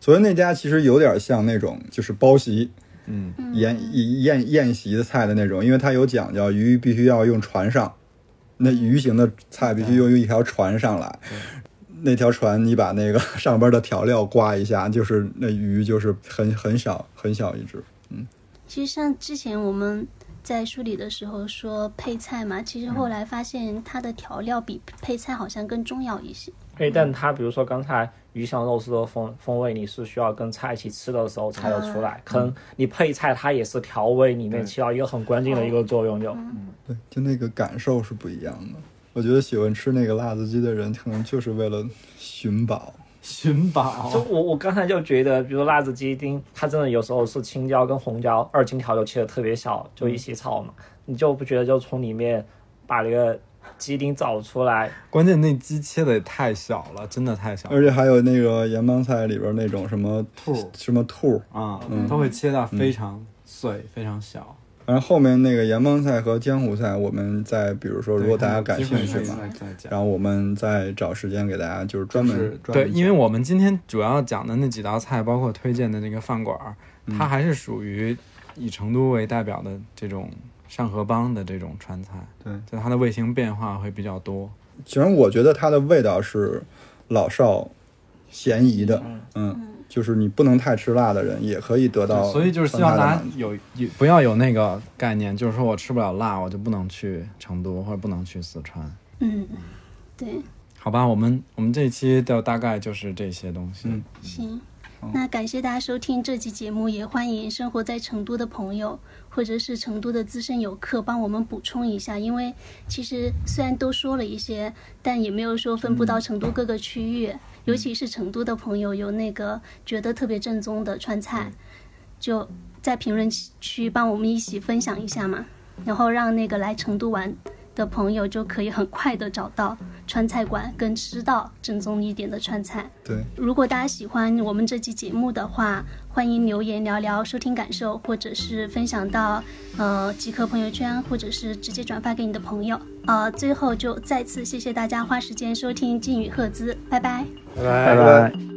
S3: 昨天那家其实有点像那种就是包席，
S1: 嗯，
S3: 宴宴宴席的菜的那种，因为它有讲究，鱼必须要用船上，那鱼形的菜必须用一条船上来，那条船你把那个上边的调料刮一下，就是那鱼就是很很小很小一只，
S4: 其实像之前我们在梳理的时候说配菜嘛，其
S1: 嗯
S4: 实后来发现它的调料比配菜好像更重要一些。
S2: 哎，但它比如说刚才鱼香肉丝的风风味，你是需要跟菜一起吃的时候才有出
S3: 嗯
S2: 来，可能你配菜它也是调味里面起到一个很关键的一个作用就。
S3: 对，就那个感受是不一样的。我觉得喜欢吃那个辣子鸡的人，可能就是为了寻宝。
S1: 嗯寻宝
S2: 就我我刚才就觉得，比如辣子鸡丁，它真的有时候是青椒跟红椒二荆条就切的特别小，就一起炒嘛，你就不觉得就从里面把那个鸡丁找出来，
S1: 关键那鸡切的也太小了，真的太小了
S3: 而且还有那个盐帮菜里边那种什么
S1: 兔
S3: 什么兔，
S1: 啊，
S3: 嗯
S1: 都会切到非常碎、非常小。
S3: 反正后面那个盐帮菜和江湖菜，我们再比如说，如果大家感兴趣
S1: 对
S3: 嘛
S1: 有，机会再再讲。
S3: 然后我们再找时间给大家就是专
S1: 是
S3: 门专
S1: 对，
S3: 门
S1: 因为我们今天主要讲的那几道菜，包括推荐的那个饭馆儿，它
S3: 嗯
S1: 还是属于以成都为代表的这种上河帮的这种川菜，
S3: 对，
S1: 就它的味型变化会比较多。
S3: 其实我觉得它的味道是老少咸宜的，嗯，就是你不能太吃辣的人也可以得到，
S1: 所以就是希望大家有有不要有那个概念，就是说我吃不了辣，我就不能去成都或者不能去四川。
S4: 嗯，对，
S1: 好吧，我们我们这一期的大概就是这些东西。
S3: 嗯
S4: 行，那感谢大家收听这期节目，也欢迎生活在成都的朋友或者是成都的资深游客帮我们补充一下，因为其实虽然都说了一些，但也没有说分布到成都各个区域，尤其是成都的朋友有那个觉得特别正宗的川菜，就在评论区帮我们一起分享一下嘛，然后让那个来成都玩。的朋友就可以很快的找到川菜馆，跟吃到正宗一点的川菜。
S3: 对，
S4: 如果大家喜欢我们这期节目的话，欢迎留言聊聊收听感受，或者是分享到呃极客朋友圈，或者是直接转发给你的朋友。呃，最后就再次谢谢大家花时间收听《金宇赫兹》，拜拜。
S3: 哎拜拜。